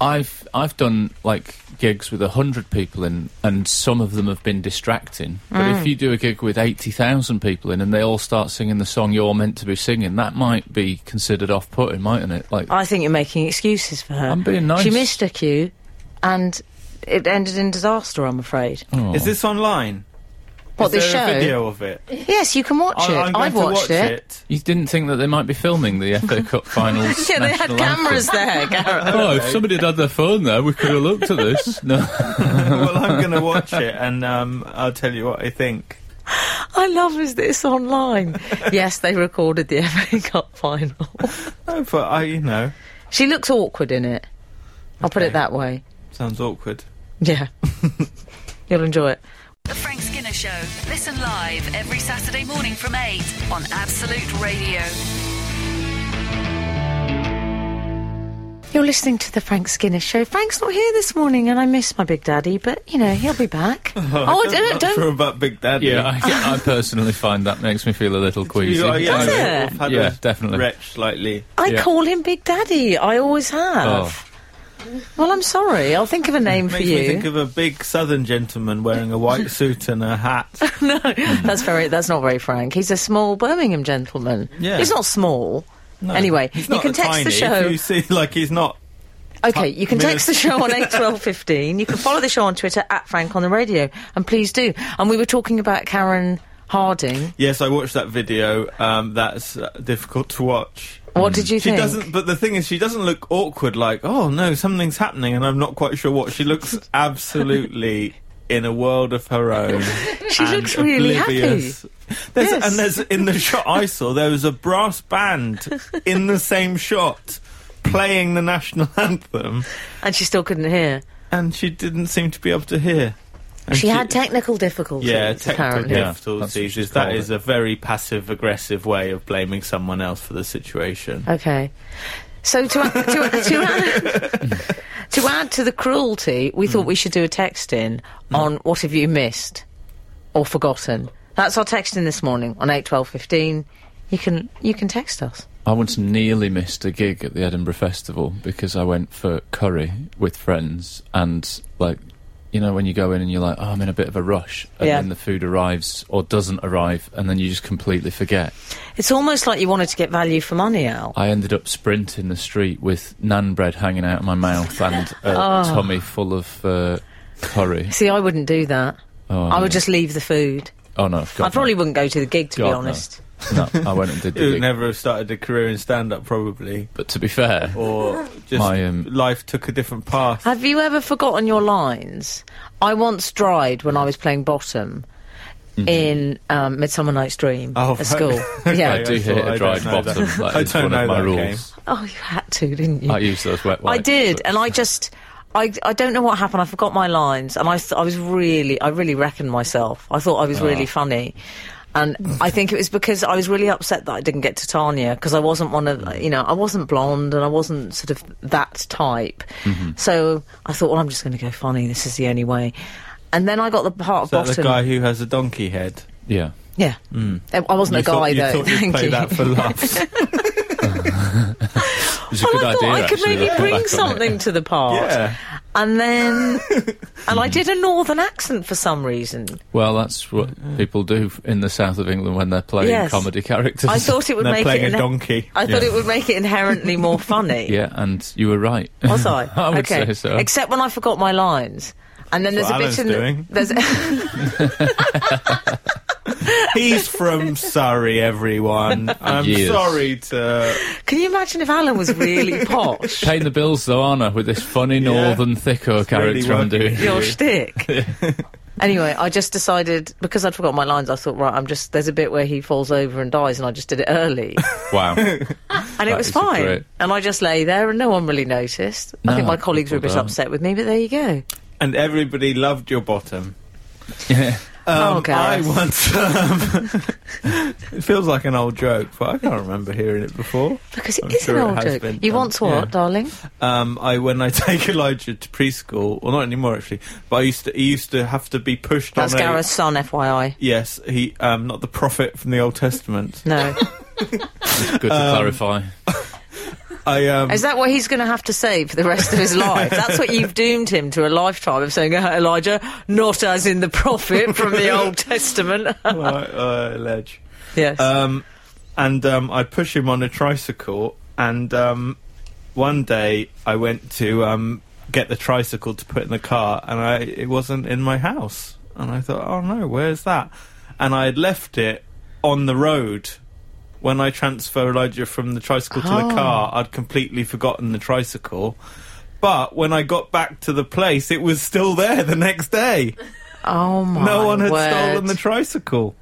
Speaker 3: I've I've done like gigs with a hundred people in, and some of them have been distracting. But
Speaker 2: Mm.
Speaker 3: if you do a gig with eighty thousand people in, and they all start singing the song you're meant to be singing, that might be considered off-putting, mightn't it? Like,
Speaker 2: I think you're making excuses for her.
Speaker 3: I'm being nice.
Speaker 2: She missed her cue, and it ended in disaster. I'm afraid.
Speaker 3: oh.
Speaker 4: Is this online?
Speaker 2: What
Speaker 4: Hmm. is
Speaker 2: this
Speaker 4: there
Speaker 2: show?
Speaker 4: A video of it.
Speaker 2: Yes, you can watch
Speaker 4: I-
Speaker 2: it.
Speaker 4: I'm going
Speaker 2: I've
Speaker 4: to
Speaker 2: watched
Speaker 4: watch it.
Speaker 3: You didn't think that they might be filming the
Speaker 2: <laughs>
Speaker 3: FA Cup finals?
Speaker 2: Yeah, they had
Speaker 3: national anthem?
Speaker 2: cameras
Speaker 4: <laughs>
Speaker 2: there, Gareth.
Speaker 3: Oh, if somebody had had their phone there, we could have looked
Speaker 2: <laughs>
Speaker 3: at this. No.
Speaker 4: well, I'm going to watch it, and um, I'll tell you what I think.
Speaker 2: I love is this online. yes, they recorded the <laughs> FA Cup final.
Speaker 4: No, but I, you know,
Speaker 2: she looks awkward in it. I'll put
Speaker 4: Okay.
Speaker 2: it that way.
Speaker 4: sounds awkward.
Speaker 2: Yeah. <laughs> You'll enjoy it.
Speaker 1: The Frank Skinner Show. Listen live every Saturday morning from 8 on Absolute Radio.
Speaker 2: You're listening to the Frank Skinner Show. Frank's not here this morning, and I miss my big daddy, but you know he'll be
Speaker 4: <laughs>
Speaker 2: back. oh, I don't,
Speaker 4: Not sure
Speaker 2: don't.
Speaker 4: about Big Daddy.
Speaker 3: Yeah, <laughs> I, I personally find that makes me feel a little queasy.
Speaker 4: You are- yeah,
Speaker 2: Does
Speaker 4: you
Speaker 2: it?
Speaker 4: have had
Speaker 3: Yeah,
Speaker 4: a
Speaker 3: definitely.
Speaker 4: Retch slightly.
Speaker 2: I
Speaker 3: yeah.
Speaker 2: call him Big Daddy. I always
Speaker 3: Oh.
Speaker 2: have. Well, I'm sorry. I'll think of a name for
Speaker 4: Makes me think
Speaker 2: you.
Speaker 4: of a big Southern gentleman wearing a white suit and a hat.
Speaker 2: <laughs> no, that's very. That's not very Frank. He's a small Birmingham gentleman.
Speaker 4: Yeah.
Speaker 2: He's not small. anyway,
Speaker 4: He's
Speaker 2: you
Speaker 4: not
Speaker 2: can text
Speaker 4: tiny.
Speaker 2: the show.
Speaker 4: If you see, like he's not.
Speaker 2: Okay, you can text the
Speaker 4: minutes.
Speaker 2: show on eight twelve fifteen. You can follow the show on Twitter at Frank on the radio, and please do. And we were talking about Karen Harding.
Speaker 4: Yes, I watched that video. Um, that's uh, difficult to watch.
Speaker 2: What
Speaker 3: Mm.
Speaker 2: did you
Speaker 4: She
Speaker 2: think?
Speaker 4: doesn't. But the thing is, she doesn't look awkward. Like, oh no, something's happening, and I'm not quite sure what.
Speaker 2: <laughs>
Speaker 4: She looks absolutely in a world of her own.
Speaker 2: <laughs> She
Speaker 4: and
Speaker 2: looks really happy.
Speaker 4: oblivious. There's,
Speaker 2: Yes.
Speaker 4: And there's in the shot I saw, there was a brass band in the same shot playing the national <laughs> anthem,
Speaker 2: And she still couldn't hear.
Speaker 4: and she didn't seem to be able to hear. And
Speaker 2: She, had technical difficulties.
Speaker 4: Yeah, technical
Speaker 2: apparently.
Speaker 3: Yeah,
Speaker 4: difficulties.
Speaker 3: that's what she's
Speaker 4: that
Speaker 3: called
Speaker 4: is
Speaker 3: it.
Speaker 4: a very passive aggressive way of blaming someone else for the situation.
Speaker 2: Okay. So to to to add, to add to the cruelty, we thought we should do a text in on what have you missed or forgotten. That's our text in this morning on eight twelve fifteen. You can you can text us.
Speaker 3: I once nearly missed a gig at the Edinburgh Festival because I went for curry with friends and like you know when you go in and you're like, Oh, I'm in a bit of a rush and
Speaker 2: Yeah.
Speaker 3: then the food arrives or doesn't arrive and then you just completely forget.
Speaker 2: It's almost like you wanted to get value for money out.
Speaker 3: I ended up sprinting the street with nan bread hanging out of my mouth and
Speaker 2: <laughs>
Speaker 3: a
Speaker 2: Oh.
Speaker 3: tummy full of uh, curry.
Speaker 2: See, I wouldn't do that.
Speaker 3: Oh,
Speaker 2: I
Speaker 3: no.
Speaker 2: would just leave the food.
Speaker 3: Oh no, God,
Speaker 2: I probably
Speaker 3: no.
Speaker 2: wouldn't go to the gig, to
Speaker 3: God,
Speaker 2: be
Speaker 3: no.
Speaker 2: honest.
Speaker 3: No, I went and did
Speaker 4: It
Speaker 3: the
Speaker 4: would
Speaker 3: gig.
Speaker 4: never have started a career in stand up, probably.
Speaker 3: But to be fair,
Speaker 4: Or just
Speaker 3: My, um,
Speaker 4: life took a different path.
Speaker 2: Have you ever forgotten your lines? I once dried when I was playing bottom in um, Midsummer Night's Dream
Speaker 4: Oh,
Speaker 2: at
Speaker 4: right. <laughs>
Speaker 2: school. yeah.
Speaker 3: I do
Speaker 4: I
Speaker 3: hit
Speaker 4: thought- I
Speaker 3: a dried
Speaker 4: don't know
Speaker 3: bottom.
Speaker 4: that.
Speaker 3: That
Speaker 4: I
Speaker 3: is
Speaker 4: don't
Speaker 3: one
Speaker 4: know
Speaker 3: of my
Speaker 4: that
Speaker 3: rules.
Speaker 4: game.
Speaker 2: Oh, you had to, didn't you?
Speaker 3: I use those wet
Speaker 2: I
Speaker 3: wipes.
Speaker 2: did,
Speaker 3: but-
Speaker 2: and I just. I, I don't know what happened. I forgot my lines, and I, th- I was really, I really reckoned myself. I thought I
Speaker 4: Ah.
Speaker 2: was really funny. And I think it was because I was really upset that I didn't get to Tanya because I wasn't one of, you know, I wasn't blonde and I wasn't sort of that type.
Speaker 4: Mm-hmm.
Speaker 2: So I thought, well, I'm just going to go funny. This is the only way. And then I got the part of
Speaker 4: Is that
Speaker 2: bottom.
Speaker 4: the guy who has a donkey head?
Speaker 3: Yeah.
Speaker 2: Yeah. I- I wasn't
Speaker 4: You
Speaker 2: a guy
Speaker 4: thought, you
Speaker 2: though.
Speaker 4: thought you'd
Speaker 2: Thank
Speaker 4: play
Speaker 2: you. <laughs>
Speaker 4: that for laughs.
Speaker 3: It's a
Speaker 2: well,
Speaker 3: good
Speaker 2: I thought
Speaker 3: idea.
Speaker 2: Oh, I could
Speaker 3: actually,
Speaker 2: maybe
Speaker 3: looking
Speaker 2: bring
Speaker 4: <laughs>
Speaker 3: back on it.
Speaker 2: something to the part.
Speaker 4: Yeah.
Speaker 2: And
Speaker 3: <laughs>
Speaker 2: then, and I did a northern accent for some reason.
Speaker 3: Well, that's what people do in the south of England when they're playing
Speaker 2: Uh, Yes.
Speaker 3: comedy characters.
Speaker 2: I thought it would
Speaker 4: They're
Speaker 2: make
Speaker 4: playing
Speaker 2: it.
Speaker 4: a
Speaker 2: inhe-
Speaker 4: donkey.
Speaker 2: I thought
Speaker 3: Yeah.
Speaker 2: it would make it inherently more funny.
Speaker 3: <laughs> Yeah, and you were right.
Speaker 2: Was I?
Speaker 3: <laughs> I would
Speaker 2: okay.
Speaker 3: say so.
Speaker 2: Except when I forgot my lines. And then
Speaker 4: That's
Speaker 2: there's a
Speaker 4: what
Speaker 2: bit in
Speaker 4: Alan's
Speaker 2: the, there's <laughs>
Speaker 3: <laughs>
Speaker 4: He's from
Speaker 2: <laughs>
Speaker 4: Surrey, everyone. I'm
Speaker 3: Yes.
Speaker 4: sorry to.
Speaker 2: Can you imagine if Alan was
Speaker 3: <laughs>
Speaker 2: really posh?
Speaker 3: Paying the bills though, aren't I, with this funny northern thicko
Speaker 4: really
Speaker 3: character I'm
Speaker 4: working.
Speaker 3: doing.
Speaker 2: <laughs> Your
Speaker 3: <laughs>
Speaker 2: shtick. anyway, I just decided because I'd forgotten my lines. I thought, right, I'm just there's a bit where he falls over and dies, and I just did it
Speaker 3: <laughs>
Speaker 2: early,
Speaker 3: Wow.
Speaker 2: and it
Speaker 3: That
Speaker 2: was
Speaker 3: is
Speaker 2: fine.
Speaker 3: great.
Speaker 2: And I just lay there, and no one really noticed. I
Speaker 3: No,
Speaker 2: think my colleagues were a
Speaker 3: people
Speaker 2: bit
Speaker 3: don't.
Speaker 2: upset with me, but there you go.
Speaker 4: And everybody loved your bottom.
Speaker 3: Yeah.
Speaker 2: Oh,
Speaker 4: Um, I
Speaker 2: Gareth.
Speaker 4: once. Um, <laughs> it feels like an old joke, but I can't remember hearing it before.
Speaker 2: Because it
Speaker 4: I'm
Speaker 2: is
Speaker 4: sure it
Speaker 2: an old
Speaker 4: has
Speaker 2: joke.
Speaker 4: been
Speaker 2: you
Speaker 4: done.
Speaker 2: want what,
Speaker 4: Yeah.
Speaker 2: darling?
Speaker 4: Um, I when I <laughs> take Elijah to preschool, well, not anymore actually, but I used to. He used to have to be pushed
Speaker 2: That's
Speaker 4: on. a-
Speaker 2: Gareth's son, FYI.
Speaker 4: Yes, he. Um, not the prophet from the Old Testament.
Speaker 2: <laughs> No,
Speaker 3: Good to
Speaker 2: Um,
Speaker 3: clarify.
Speaker 4: I um.
Speaker 2: is that what he's going to have to say for the rest of his
Speaker 4: <laughs>
Speaker 2: life? That's what you've doomed him to a lifetime of saying, "Oh, Elijah, not as in the prophet from the
Speaker 4: <laughs>
Speaker 2: Old Testament. <laughs>
Speaker 4: uh, uh, ledge.
Speaker 2: yes.
Speaker 4: Um, and um, I push him on a tricycle. And um, one day I went to um, get the tricycle to put in the car, and I it wasn't in my house. And I thought, oh no, where's that? And I had left it on the road. When I transfer Elijah from the tricycle to
Speaker 2: Ah.
Speaker 4: the car, I'd completely forgotten the tricycle. But when I got back to the place, it was still there the next day.
Speaker 2: Oh my!
Speaker 4: No one had
Speaker 2: word.
Speaker 4: stolen the
Speaker 2: <laughs>
Speaker 4: tricycle.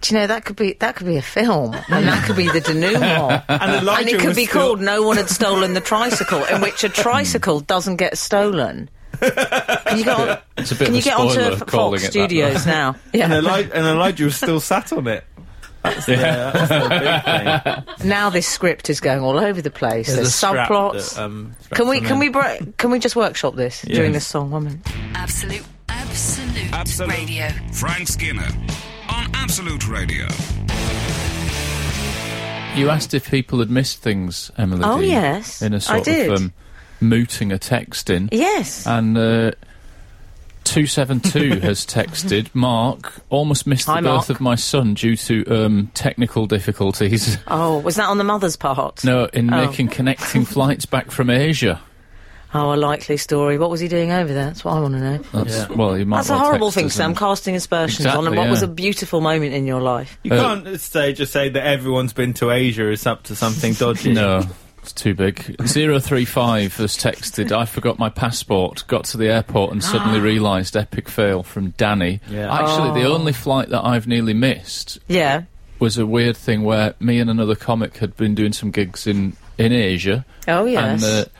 Speaker 2: Do you know that could be that could be a film, and that could be the
Speaker 4: <laughs>
Speaker 2: denouement,
Speaker 4: And Elijah
Speaker 2: and it could
Speaker 4: was
Speaker 2: be
Speaker 4: still-
Speaker 2: called "No One Had Stolen the Tricycle," in
Speaker 4: <laughs>
Speaker 2: which a tricycle doesn't get stolen. Can you get on,
Speaker 3: It's a
Speaker 2: can
Speaker 3: bit of a
Speaker 2: you get onto
Speaker 3: spoiler
Speaker 2: F-
Speaker 3: calling
Speaker 2: Fox
Speaker 3: it that,
Speaker 2: Studios
Speaker 4: <laughs>
Speaker 2: now? Yeah.
Speaker 4: And, Eli- and Elijah was still sat on it. That's the, uh, that's <laughs> the big thing.
Speaker 2: now this script is going all over the place. There's,
Speaker 4: a strap
Speaker 2: subplots.
Speaker 3: uh,
Speaker 4: that, um, straps
Speaker 2: can we
Speaker 4: them
Speaker 2: can
Speaker 4: in.
Speaker 2: we bra- can we just workshop
Speaker 3: <laughs>
Speaker 2: this
Speaker 4: Yeah.
Speaker 2: during this song? One minute.
Speaker 1: Absolute, absolute,
Speaker 5: Absolute.
Speaker 1: radio.
Speaker 5: Frank Skinner on Absolute Radio.
Speaker 3: You asked if people had missed things, Emily.
Speaker 2: Oh,
Speaker 3: Dean,
Speaker 2: yes,
Speaker 3: In
Speaker 2: I
Speaker 3: a sort
Speaker 2: did.
Speaker 3: of um, mooting a text in.
Speaker 2: Yes.
Speaker 3: And uh,
Speaker 2: <laughs>
Speaker 3: 272 has texted Mark, almost missed the
Speaker 2: Hi,
Speaker 3: birth
Speaker 2: Mark.
Speaker 3: of my son due to um, technical difficulties. <laughs>
Speaker 2: oh, was that on the mother's part?
Speaker 3: no, in
Speaker 2: Oh.
Speaker 3: making connecting flights back from Asia.
Speaker 2: Oh, a likely story. What was he doing over there? That's what I want to know.
Speaker 3: That's, Well, you might
Speaker 2: That's a
Speaker 3: well
Speaker 2: horrible
Speaker 3: text
Speaker 2: thing,
Speaker 3: us
Speaker 2: Sam.
Speaker 3: and-
Speaker 2: Casting aspersions on
Speaker 3: Exactly,
Speaker 2: what was
Speaker 3: yeah.
Speaker 2: a beautiful moment in your life.
Speaker 4: You
Speaker 3: Uh,
Speaker 4: can't say just say that everyone's been to Asia is up to something
Speaker 3: <laughs>
Speaker 4: dodgy.
Speaker 3: No, it's too big. 035 has texted, I forgot my passport, got to the airport
Speaker 2: <gasps>
Speaker 3: and suddenly realised epic fail from Danny.
Speaker 4: Yeah.
Speaker 3: Actually, the
Speaker 2: Oh.
Speaker 3: only flight that I've nearly missed
Speaker 2: Yeah.
Speaker 3: was a weird thing where me and another comic had been doing some gigs in, in Asia.
Speaker 2: Oh yes.
Speaker 3: And uh,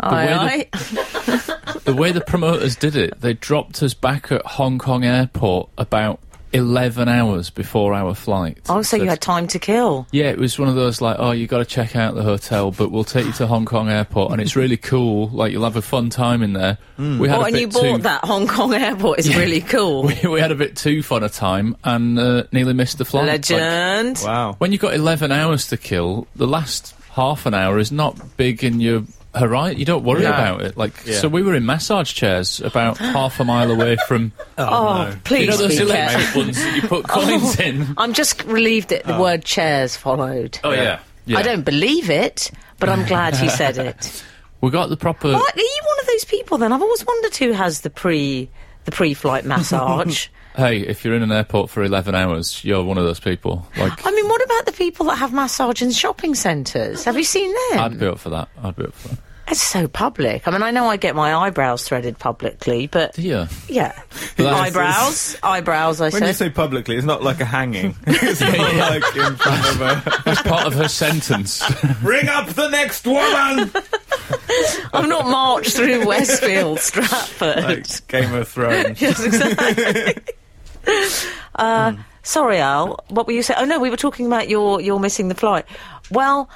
Speaker 3: the, way
Speaker 2: aye, aye.
Speaker 3: The, the way the promoters did it, they dropped us back at Hong Kong airport about 11 hours before our flight.
Speaker 2: Oh, so you
Speaker 3: Said-
Speaker 2: had time to kill.
Speaker 3: yeah, it was one of those like, oh, you got to check out the hotel, but we'll take you to Hong Kong airport, and it's really cool. Like you'll have a fun time in there. We had
Speaker 2: Oh,
Speaker 3: a
Speaker 2: and
Speaker 3: bit
Speaker 2: you bought
Speaker 3: too,
Speaker 2: that Hong Kong airport. It's really cool.
Speaker 3: <laughs> We, we had a bit too fun a time and uh, nearly missed the flight. Like,
Speaker 2: Legend.
Speaker 4: Wow.
Speaker 3: when you've got eleven hours to kill, the last half an hour is not big in your horizon. You don't worry
Speaker 4: No.
Speaker 3: about it. Like
Speaker 4: Yeah.
Speaker 3: so, we were in massage chairs about half a mile away from.
Speaker 2: oh, please
Speaker 3: you know those
Speaker 2: be careful.
Speaker 3: electric ones that Oh. you <laughs> put coins in.
Speaker 2: I'm just relieved that the word chairs followed.
Speaker 3: Oh yeah. yeah.
Speaker 2: I don't believe it, but I'm glad he said
Speaker 3: <laughs>
Speaker 2: it.
Speaker 3: We got the proper.
Speaker 2: What? Are you one of those people then? I've always wondered who has the pre the pre-flight massage.
Speaker 3: <laughs> Hey, if you're in an airport for 11 hours, you're one of those people. Like,
Speaker 2: I mean, what about the people that have massage in shopping centres? Have you seen them?
Speaker 3: I'd be up for that. I'd be up for that.
Speaker 2: It's so public. I mean, I know I get my eyebrows threaded publicly, but
Speaker 3: <laughs> Yeah.
Speaker 2: yeah,
Speaker 3: Well, that's-
Speaker 2: eyebrows, eyebrows. I
Speaker 4: When you
Speaker 2: said.
Speaker 4: say publicly, it's not like a hanging.
Speaker 2: <laughs>
Speaker 4: <laughs> It's not like in front of a.
Speaker 3: That's part of her sentence.
Speaker 4: <laughs> Bring up the next woman.
Speaker 2: i am not marched
Speaker 3: <laughs>
Speaker 2: through Westfield, Stratford.
Speaker 4: Like Game of
Speaker 2: <laughs>
Speaker 4: Thrones.
Speaker 2: Yes, exactly. uh,
Speaker 3: <laughs> Hmm.
Speaker 2: Sorry, Al. What were you saying? Oh no, we were talking about your your missing the flight. Well,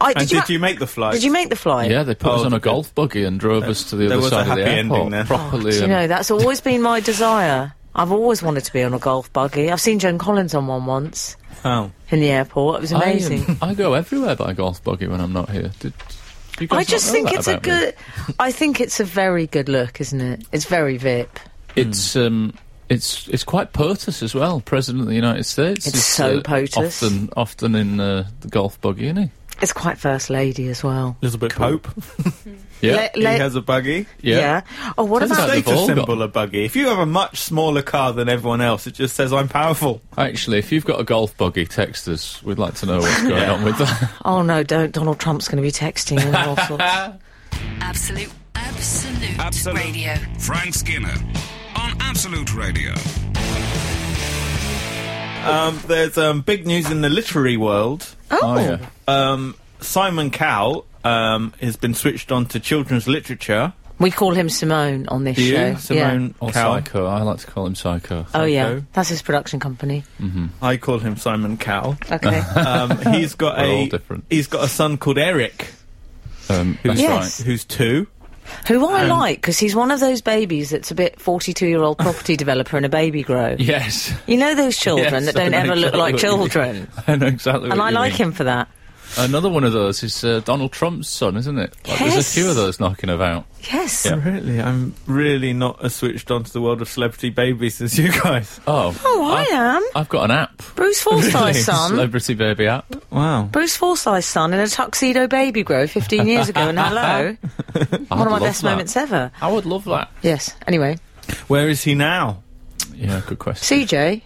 Speaker 2: I did,
Speaker 4: And
Speaker 2: you,
Speaker 4: did you make the flight?
Speaker 2: did you make the flight?
Speaker 3: yeah, they put
Speaker 4: Oh,
Speaker 3: us on a
Speaker 4: okay.
Speaker 3: golf buggy and drove us to the other
Speaker 4: There was a
Speaker 3: side of the
Speaker 4: happy
Speaker 3: airport.
Speaker 4: ending there.
Speaker 3: Properly.
Speaker 2: Do you
Speaker 3: um,
Speaker 2: know, that's always been my desire. I've always wanted to be on a golf buggy. I've seen Joan Collins on one once
Speaker 4: Oh.
Speaker 2: in the airport. It was
Speaker 3: I, um, <laughs>
Speaker 2: amazing.
Speaker 3: I, go everywhere by golf buggy when I'm not here. Did, You guys
Speaker 2: I
Speaker 3: not
Speaker 2: just
Speaker 3: know
Speaker 2: think
Speaker 3: that
Speaker 2: it's a
Speaker 3: about me?
Speaker 2: good. I think it's a very good look, isn't it? It's very VIP.
Speaker 3: It's um, it's it's quite potus as well. President of the United States.
Speaker 2: It's
Speaker 3: is,
Speaker 2: so potus.
Speaker 3: Often, often in uh, the golf buggy, isn't
Speaker 2: It's quite first lady as well.
Speaker 4: little bit Pope.
Speaker 3: he? Yeah,
Speaker 2: Le-
Speaker 4: He
Speaker 2: le-
Speaker 4: has a buggy.
Speaker 3: yeah.
Speaker 2: Oh, what
Speaker 3: Turns
Speaker 2: about?
Speaker 3: out- They've
Speaker 4: Status
Speaker 3: all got-
Speaker 4: symbol a buggy. If you have a much smaller car than everyone else, it just says I'm powerful.
Speaker 3: Actually, if you've got a golf buggy, text us. We'd like to know what's going on with that.
Speaker 2: Oh no, don't. Donald Trump's going to be texting
Speaker 3: <laughs>
Speaker 2: and all sorts.
Speaker 1: Absolute, absolute,
Speaker 5: Absolute.
Speaker 1: radio.
Speaker 5: Frank Skinner on Absolute Radio.
Speaker 4: Um, there's um, big news in the literary world.
Speaker 2: <laughs> Oh,
Speaker 3: Oh, yeah.
Speaker 4: Um, Simon Cowell um, has been switched on to children's literature.
Speaker 2: we call him Simone on this show. Yeah.
Speaker 4: Simone
Speaker 3: Or
Speaker 4: Cowell.
Speaker 3: psycho. I like to call him psycho.
Speaker 2: Oh yeah,
Speaker 4: Psycho.
Speaker 2: that's his production company.
Speaker 4: I call him Simon
Speaker 3: <laughs>
Speaker 4: Cowell.
Speaker 2: Okay.
Speaker 4: Um, he's got
Speaker 3: We're all
Speaker 4: a
Speaker 3: different.
Speaker 4: he's got a son called Eric,
Speaker 3: Um, that's
Speaker 2: Yes.
Speaker 3: right.
Speaker 4: who's two.
Speaker 2: Who
Speaker 3: Um,
Speaker 2: I like 'cause like because he's one of those babies that's a bit forty-two-year-old
Speaker 3: <laughs>
Speaker 2: property developer and a baby grow.
Speaker 3: Yes. <laughs>
Speaker 2: You know those children
Speaker 3: Yes,
Speaker 2: that don't
Speaker 3: I know
Speaker 2: ever look
Speaker 3: exactly
Speaker 2: like
Speaker 3: what you mean.
Speaker 2: children,
Speaker 3: I know exactly.
Speaker 2: and
Speaker 3: what
Speaker 2: I
Speaker 3: you
Speaker 2: like
Speaker 3: mean.
Speaker 2: him for that.
Speaker 3: Another one of those is uh, Donald Trump's son, isn't it? Like, There's
Speaker 2: Yes.
Speaker 3: a few of those knocking about.
Speaker 2: Yes.
Speaker 4: Really, I'm really not as switched on to the world of celebrity babies as you guys.
Speaker 3: Oh.
Speaker 2: Oh, I am.
Speaker 3: I've got an app. <laughs>
Speaker 2: Bruce Forsyth's
Speaker 3: Really?
Speaker 2: son.
Speaker 3: Celebrity Baby app.
Speaker 4: Wow.
Speaker 2: Bruce Forsyth's son in a tuxedo baby grow 15 years ago,
Speaker 3: <laughs>
Speaker 2: and hello. One of my best moments ever.
Speaker 3: I would love that.
Speaker 2: Yes. Anyway,
Speaker 4: Where is he now?
Speaker 3: Yeah, good question.
Speaker 2: CJ.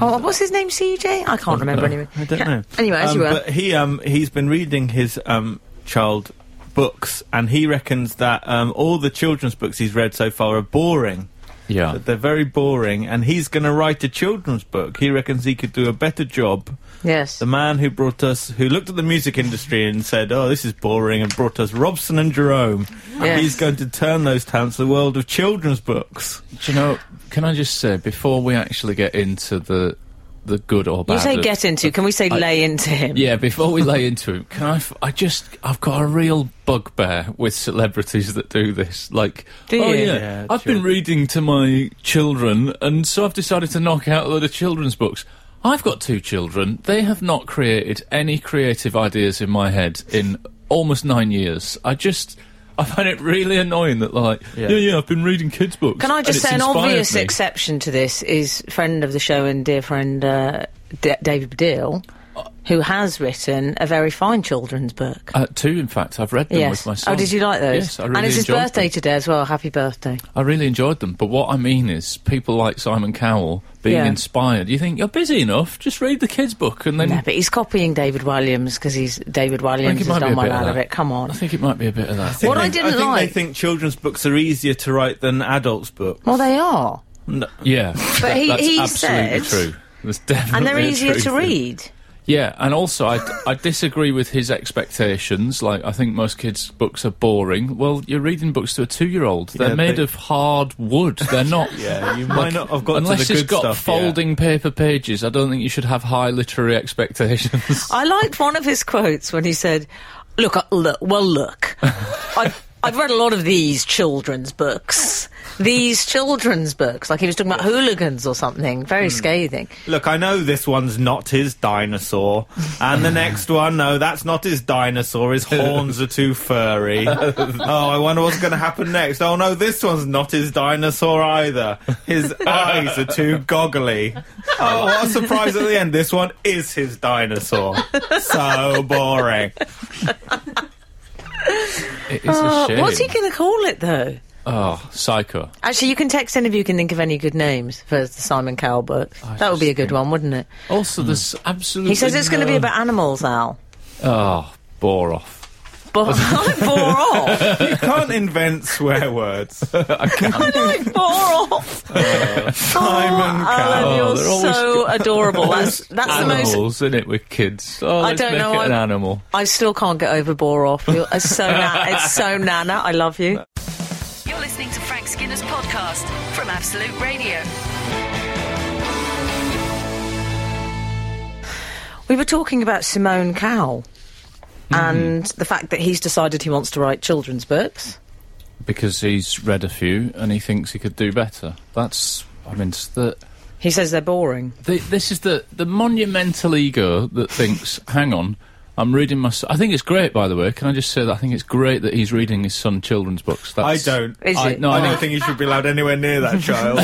Speaker 2: Oh, what's his name? CJ. I can't remember anyway.
Speaker 4: I don't know.
Speaker 2: Anyway, as
Speaker 4: Um,
Speaker 2: you were.
Speaker 4: But he um he's been reading his um child books, and he reckons that um all the children's books he's read so far are boring.
Speaker 3: yeah.
Speaker 4: That they're very boring, and he's going to write a children's book. He reckons he could do a better job.
Speaker 2: Yes.
Speaker 4: The man who brought us, who looked at the music industry and said, "Oh, this is boring," and brought us Robson and Jerome.
Speaker 2: Yes.
Speaker 4: He's going to turn those talents to the world of children's books.
Speaker 3: Do you know, can I just say, before we actually get into the the good or bad.
Speaker 2: You say
Speaker 3: of-
Speaker 2: get into. Can we say lay into him?
Speaker 3: Yeah, before we lay into him, can I? F- I just I've got a real bugbear with celebrities that do this. Like,
Speaker 2: Do
Speaker 3: oh
Speaker 2: you?
Speaker 3: yeah,
Speaker 4: Yeah,
Speaker 3: I've been
Speaker 4: children.
Speaker 3: reading to my children, and so I've decided to knock out a load of children's books. I've got two children. They have not created any creative ideas in my head in almost nine years. I just. I find it really annoying that, like, yeah,
Speaker 4: Yeah.
Speaker 3: yeah, I've been reading kids' books.
Speaker 2: Can I
Speaker 3: and
Speaker 2: just
Speaker 3: it's
Speaker 2: say an
Speaker 3: inspired
Speaker 2: obvious
Speaker 3: me.
Speaker 2: exception to this is friend of the show and dear friend uh, D- David Baddiel, who has written a very fine children's book.
Speaker 3: Uh, two, in fact, I've read them
Speaker 2: yes.
Speaker 3: with my son.
Speaker 2: Oh, did you like those?
Speaker 3: Yes, I really
Speaker 2: and it's his
Speaker 3: enjoyed
Speaker 2: birthday
Speaker 3: them. Mm.
Speaker 2: today as well. Happy birthday.
Speaker 3: I really enjoyed them, but what I mean is people like Simon Cowell being
Speaker 2: Yeah.
Speaker 3: inspired. You think you're busy enough, just read the kids' book and then
Speaker 2: No, but he's copying David Williams because he's David Williams has
Speaker 3: might be
Speaker 2: done
Speaker 3: a
Speaker 2: well
Speaker 3: bit of
Speaker 2: out of
Speaker 3: that.
Speaker 2: it. Come on.
Speaker 3: I think it might be a bit of that.
Speaker 2: What
Speaker 4: They-
Speaker 2: I didn't
Speaker 4: think
Speaker 2: like-
Speaker 4: They think children's books are easier to write than adults' books.
Speaker 2: Well, they are,
Speaker 3: yeah.
Speaker 2: but he,
Speaker 3: That's
Speaker 2: he
Speaker 3: absolutely
Speaker 2: said,
Speaker 3: true. That's definitely <laughs>
Speaker 2: and they're
Speaker 3: a
Speaker 2: easier
Speaker 3: truth
Speaker 2: to
Speaker 3: in-
Speaker 2: read.
Speaker 3: Yeah, and also I, I disagree with his expectations. Like I think most kids' books are boring. Well, you're reading books to a two-year-old. They're
Speaker 4: Yeah,
Speaker 3: made
Speaker 4: they-
Speaker 3: of hard wood.
Speaker 4: <laughs>
Speaker 3: They're not.
Speaker 4: Yeah, you might not have got
Speaker 3: Unless
Speaker 4: to the good
Speaker 3: it's got
Speaker 4: stuff. yeah.
Speaker 3: folding paper pages, I don't think you should have high literary expectations.
Speaker 2: <laughs> I liked one of his quotes when he said, "Look, I, look, well,
Speaker 3: <laughs>
Speaker 2: look, I've, I've read a lot of these children's books. These children's books, like he was talking about hooligans or something,
Speaker 3: Hmm.
Speaker 2: very scathing.
Speaker 4: Look, I know this one's not his dinosaur, and the next one, no, that's not his dinosaur. His horns are too furry. oh, I wonder what's going to happen next. Oh no, this one's not his dinosaur either. His eyes are too goggly. Oh, what a surprise at the end! This one is his dinosaur. So boring.
Speaker 3: It
Speaker 2: Uh,
Speaker 3: is a shame.
Speaker 2: what's he going to call it though?
Speaker 3: Oh, psycho.
Speaker 2: Actually, you can text any of you can think of any good names for the Simon Cowell books.
Speaker 3: I
Speaker 2: that would be a
Speaker 3: just
Speaker 2: good
Speaker 3: think-
Speaker 2: one, wouldn't it?
Speaker 3: Also, there's absolutely.
Speaker 2: Hmm. He says it's going to be
Speaker 3: no-
Speaker 2: about animals,
Speaker 3: <laughs>
Speaker 2: Al.
Speaker 3: Oh, bore off.
Speaker 2: But <laughs> I bore off.
Speaker 4: You can't invent swear words.
Speaker 2: I bore off.
Speaker 4: Simon
Speaker 2: Alan,
Speaker 4: Cowell.
Speaker 2: you're
Speaker 3: Uh, they're always <laughs>
Speaker 2: so adorable. That's that's the most
Speaker 3: Animals, in it, with kids. Oh,
Speaker 2: I
Speaker 3: let's
Speaker 2: don't
Speaker 3: make
Speaker 2: know,
Speaker 3: it an
Speaker 2: I-
Speaker 3: animal.
Speaker 2: I still can't get over bore off. You're- It's so na- it's
Speaker 4: <laughs>
Speaker 2: so nana. I love you.
Speaker 1: You're listening to Frank Skinner's podcast from Absolute Radio.
Speaker 2: We were talking about Simone Cowell
Speaker 4: Hmm.
Speaker 2: and the fact that he's decided he wants to write children's books.
Speaker 3: Because he's read a few and he thinks he could do better. That's. I mean, it's the,
Speaker 2: He says they're boring.
Speaker 3: the, this is the, the monumental ego that thinks, hang on, I'm reading my. Son. I think it's great, by the way. Can I just say that I think it's great that he's reading his son children's books.
Speaker 4: I
Speaker 3: That's,
Speaker 4: don't.
Speaker 2: Is
Speaker 4: I,
Speaker 2: it?
Speaker 4: no, I
Speaker 3: Oh.
Speaker 4: don't think you should be allowed anywhere near that child.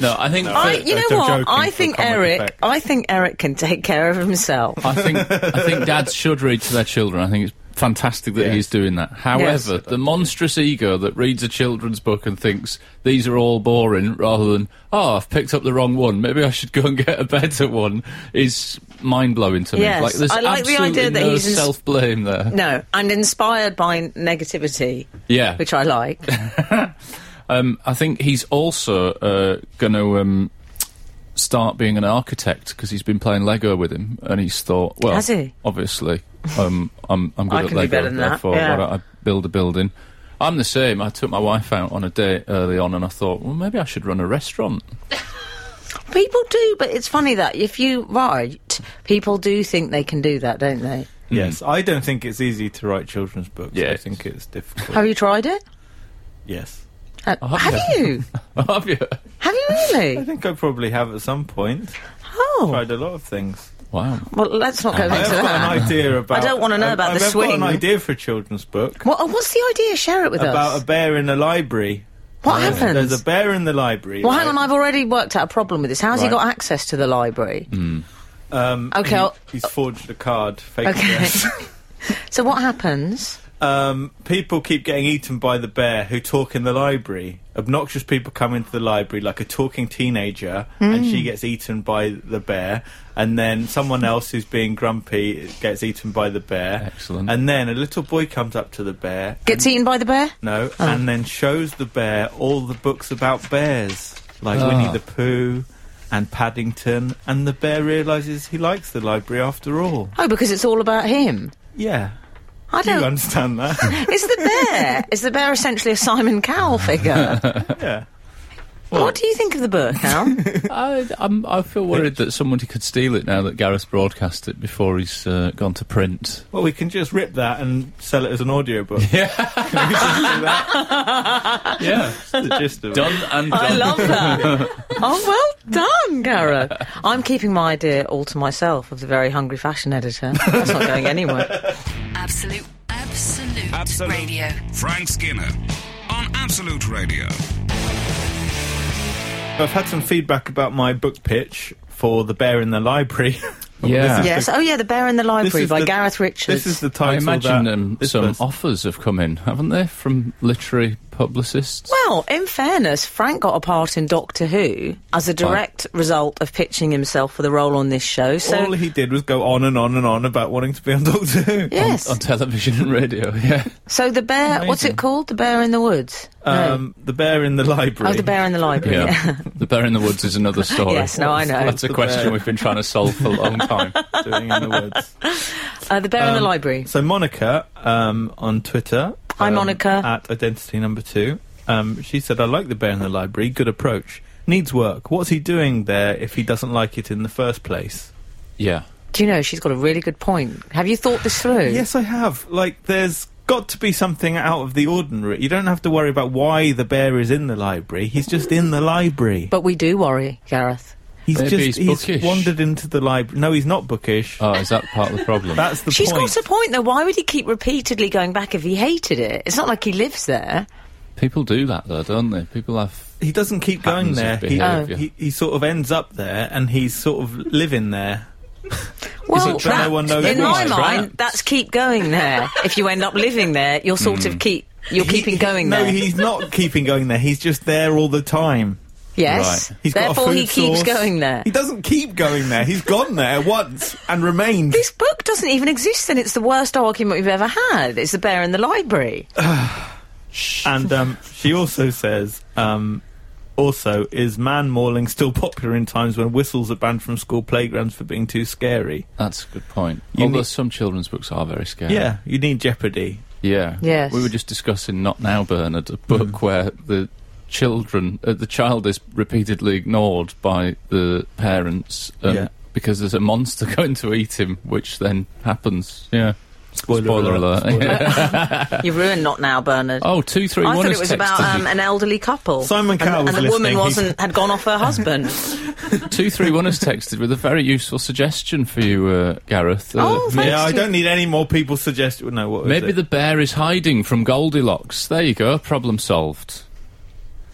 Speaker 3: No, I think
Speaker 2: I,
Speaker 3: that-
Speaker 2: you know
Speaker 4: I'm
Speaker 2: what?
Speaker 4: joking
Speaker 2: I
Speaker 4: for
Speaker 2: think
Speaker 4: comic
Speaker 2: Eric.
Speaker 4: effect.
Speaker 2: I think Eric can take care of himself.
Speaker 3: I think I
Speaker 2: <laughs>
Speaker 3: think dads should read to their children. I think it's fantastic that he's doing that. However, the monstrous ego that reads a children's book and thinks these are all boring rather than oh, I've picked up the wrong one. Maybe I should go and get a better one is mind blowing to me.
Speaker 2: Yes,
Speaker 3: like there's
Speaker 2: I like the
Speaker 3: absolutely
Speaker 2: idea that
Speaker 3: no
Speaker 2: he's ins-
Speaker 3: self blame there.
Speaker 2: No, and inspired by negativity,
Speaker 3: Yeah.
Speaker 2: which I like.
Speaker 4: <laughs>
Speaker 3: Um, I think he's also uh, going to um, start being an architect because he's been playing Lego with him, and he's thought, well,
Speaker 2: Has he?
Speaker 3: obviously, um, I'm I'm good
Speaker 2: I
Speaker 3: at
Speaker 2: can do
Speaker 3: Lego,
Speaker 2: better than that,
Speaker 3: therefore
Speaker 2: yeah.
Speaker 3: why don't I build a building? I'm the same. I took my wife out on a date early on, and I thought, well, maybe I should run a restaurant. <laughs>
Speaker 2: people do, but it's funny that if you write, people do think they can do that, don't they?
Speaker 4: yes, I don't think it's easy to write children's books. I
Speaker 3: Yes.
Speaker 4: think it's difficult.
Speaker 2: Have you tried it?
Speaker 4: yes.
Speaker 2: Uh,
Speaker 3: Oh,
Speaker 2: have
Speaker 3: yeah.
Speaker 2: you?
Speaker 3: Have you?
Speaker 2: Have you
Speaker 4: <laughs> I
Speaker 2: really?
Speaker 4: think I probably have at some point.
Speaker 2: Oh,
Speaker 4: Tried a lot of things.
Speaker 3: Wow.
Speaker 2: well, let's not go
Speaker 4: I
Speaker 2: into
Speaker 4: have got an
Speaker 2: that. <laughs>
Speaker 4: idea about.
Speaker 2: don't wanna know
Speaker 4: I've-
Speaker 2: about the
Speaker 4: I've got
Speaker 2: swing.
Speaker 4: an idea for a children's book
Speaker 2: What, oh, what's the idea? Share it with
Speaker 4: about
Speaker 2: us.
Speaker 4: a bear in a library.
Speaker 2: what
Speaker 4: Right.
Speaker 2: happens?
Speaker 4: There's a bear in the library.
Speaker 2: well, hang
Speaker 4: right?
Speaker 2: on. I've already worked out a problem with this. How's he
Speaker 4: Right. Hmm.
Speaker 2: got access to the library?
Speaker 4: Um,
Speaker 2: Okay,
Speaker 4: he-
Speaker 2: I'll-
Speaker 4: he's forged a card. Fake
Speaker 2: Okay. <laughs>
Speaker 4: address.
Speaker 2: so what happens?
Speaker 4: um, people keep getting eaten by the bear who talk in the library. Obnoxious people come into the library like a talking teenager, and she gets eaten by the bear. And then someone else who's being grumpy gets eaten by the bear.
Speaker 3: Excellent.
Speaker 4: And then a little boy comes up to the bear.
Speaker 2: Gets eaten by the bear?
Speaker 4: No, and then shows the bear all the books about bears, like Winnie the Pooh and Paddington. And the bear realizes he likes the library after all.
Speaker 2: Oh, because it's all about him.
Speaker 4: Yeah.
Speaker 2: I
Speaker 4: Do you
Speaker 2: don't.
Speaker 4: understand that? <laughs>
Speaker 2: Is the bear? is the bear essentially a Simon Cowell
Speaker 4: <laughs>
Speaker 2: figure?
Speaker 4: yeah.
Speaker 2: what do you think of the book,
Speaker 4: <laughs>
Speaker 2: Al?
Speaker 3: I, I'm, I feel worried that somebody could steal it now that Gareth broadcast it before he's uh, gone to print.
Speaker 4: Well, we can just rip that and sell it as
Speaker 3: <laughs>
Speaker 4: an audiobook.
Speaker 3: Yeah.
Speaker 4: Can we just do that?
Speaker 3: Yeah.
Speaker 4: That's the gist of it.
Speaker 3: done and done.
Speaker 2: I love
Speaker 4: <laughs>
Speaker 2: that. oh, well done, Gareth. I'm keeping my idea all to myself of the very hungry fashion editor. That's not going
Speaker 4: <laughs>
Speaker 2: anywhere.
Speaker 1: Absolute, absolute,
Speaker 5: Absolute.
Speaker 1: radio.
Speaker 5: Frank Skinner on Absolute Radio.
Speaker 4: I've had some feedback about my book pitch for The Bear in the Library. <laughs>
Speaker 3: Yeah.
Speaker 2: Yes. Oh, yeah, The Bear in the Library by
Speaker 4: the-
Speaker 2: Gareth Richards.
Speaker 4: This is the
Speaker 3: I
Speaker 4: title.
Speaker 3: imagine
Speaker 4: that
Speaker 3: um,
Speaker 4: this
Speaker 3: some
Speaker 4: person-
Speaker 3: offers have come in, haven't they, from literary publicists?
Speaker 2: well, in fairness, Frank got a part in Doctor Who as a direct result of pitching himself for the role on this show. So,
Speaker 4: all he did was go on and on and on about wanting to be on <laughs> Doctor Who.
Speaker 2: yes.
Speaker 3: On television and radio, <laughs> yeah.
Speaker 2: so the bear, what's it called? The Bear in the Woods. No.
Speaker 4: Um, The Bear in the Library.
Speaker 2: Oh, the bear in the library.
Speaker 3: Yeah. <laughs> the Bear in the Woods is another story.
Speaker 2: Yes, no, I know.
Speaker 3: That's a
Speaker 4: The
Speaker 3: question
Speaker 4: bear.
Speaker 3: we've been trying to solve for a
Speaker 4: <laughs>
Speaker 3: long time.
Speaker 4: doing in the woods.
Speaker 2: <laughs> Uh, the bear in the
Speaker 4: Um,
Speaker 2: library.
Speaker 4: So Monica um, on Twitter.
Speaker 2: Hi,
Speaker 4: um,
Speaker 2: Monica.
Speaker 4: At identity number two. Um, she said, "I like the bear in the library. Good approach. Needs work. What's he doing there if he doesn't like it in the first place?"
Speaker 3: Yeah.
Speaker 2: Do you know she's got a really good point? Have you thought this through?
Speaker 4: Yes, I have. Like, there's got to be something out of the ordinary. You don't have to worry about why the bear is in the library. He's just in the library.
Speaker 2: But we do worry, Gareth.
Speaker 4: He's
Speaker 3: Maybe
Speaker 4: just
Speaker 3: he's bookish.
Speaker 4: wandered into the library. No, he's not bookish.
Speaker 3: Oh, is that part of the problem?
Speaker 4: That's the
Speaker 2: She's
Speaker 4: point.
Speaker 2: got a point though. Why would he keep repeatedly going back if he hated it? It's not like he lives there.
Speaker 3: People do that, though, don't they? People have.
Speaker 4: he doesn't keep going
Speaker 3: Patterns
Speaker 4: there.
Speaker 3: of
Speaker 4: He,
Speaker 3: behaviour.
Speaker 4: he he sort of ends up there, and he's sort of living there.
Speaker 2: Well,
Speaker 4: it trapped? No one knows
Speaker 2: in my
Speaker 4: why.
Speaker 2: mind,
Speaker 3: Trapped.
Speaker 2: that's keep going
Speaker 4: <laughs>
Speaker 2: there. if you end up living there, you're sort of keep you're
Speaker 4: Hmm. He-
Speaker 2: keeping
Speaker 4: he-
Speaker 2: going
Speaker 4: no,
Speaker 2: there.
Speaker 4: he's not keeping going there. He's just there all the time.
Speaker 2: yes.
Speaker 4: He's got a
Speaker 2: Therefore, he
Speaker 4: food
Speaker 2: keeps
Speaker 4: source.
Speaker 2: going there.
Speaker 4: He doesn't keep going there. He's gone there once and remained.
Speaker 2: This book doesn't even exist, and it's the worst argument we've ever had. It's the bear in the
Speaker 4: <laughs>
Speaker 2: library.
Speaker 4: And um, she also says, um, also, is man mauling still popular in times when whistles are banned from school playgrounds for being too scary?
Speaker 3: That's a good point.
Speaker 4: You
Speaker 3: Although
Speaker 4: need-
Speaker 3: some children's books are very scary.
Speaker 4: Yeah, you need jeopardy.
Speaker 3: Yeah.
Speaker 2: Yes. Mm.
Speaker 3: We were just discussing Not Now, Bernard, a book where the children, uh, the child is repeatedly ignored by the parents um,
Speaker 4: Yeah.
Speaker 3: <laughs> because there's a monster going to eat him, which then happens. Yeah.
Speaker 4: Spoiler,
Speaker 3: Spoiler alert.
Speaker 2: You ruined not now, Bernard.
Speaker 3: <laughs> Oh, two, three,
Speaker 2: I
Speaker 3: one
Speaker 2: thought
Speaker 3: has
Speaker 2: it was
Speaker 3: texted
Speaker 2: about um,
Speaker 3: you.
Speaker 2: an elderly couple.
Speaker 4: Simon
Speaker 2: And-
Speaker 4: Cowell's
Speaker 2: and, the woman
Speaker 4: listening, he's-
Speaker 2: wasn't had gone off
Speaker 4: <laughs>
Speaker 2: her husband. um,
Speaker 3: <laughs> Two, three, one has texted with a very useful suggestion for you, uh, Gareth. Uh,
Speaker 2: Oh, thanks.
Speaker 4: yeah, I
Speaker 2: to-
Speaker 4: don't need any more people suggest. No, what was
Speaker 3: Maybe
Speaker 4: it?
Speaker 3: the bear is hiding from Goldilocks. There you go, problem solved.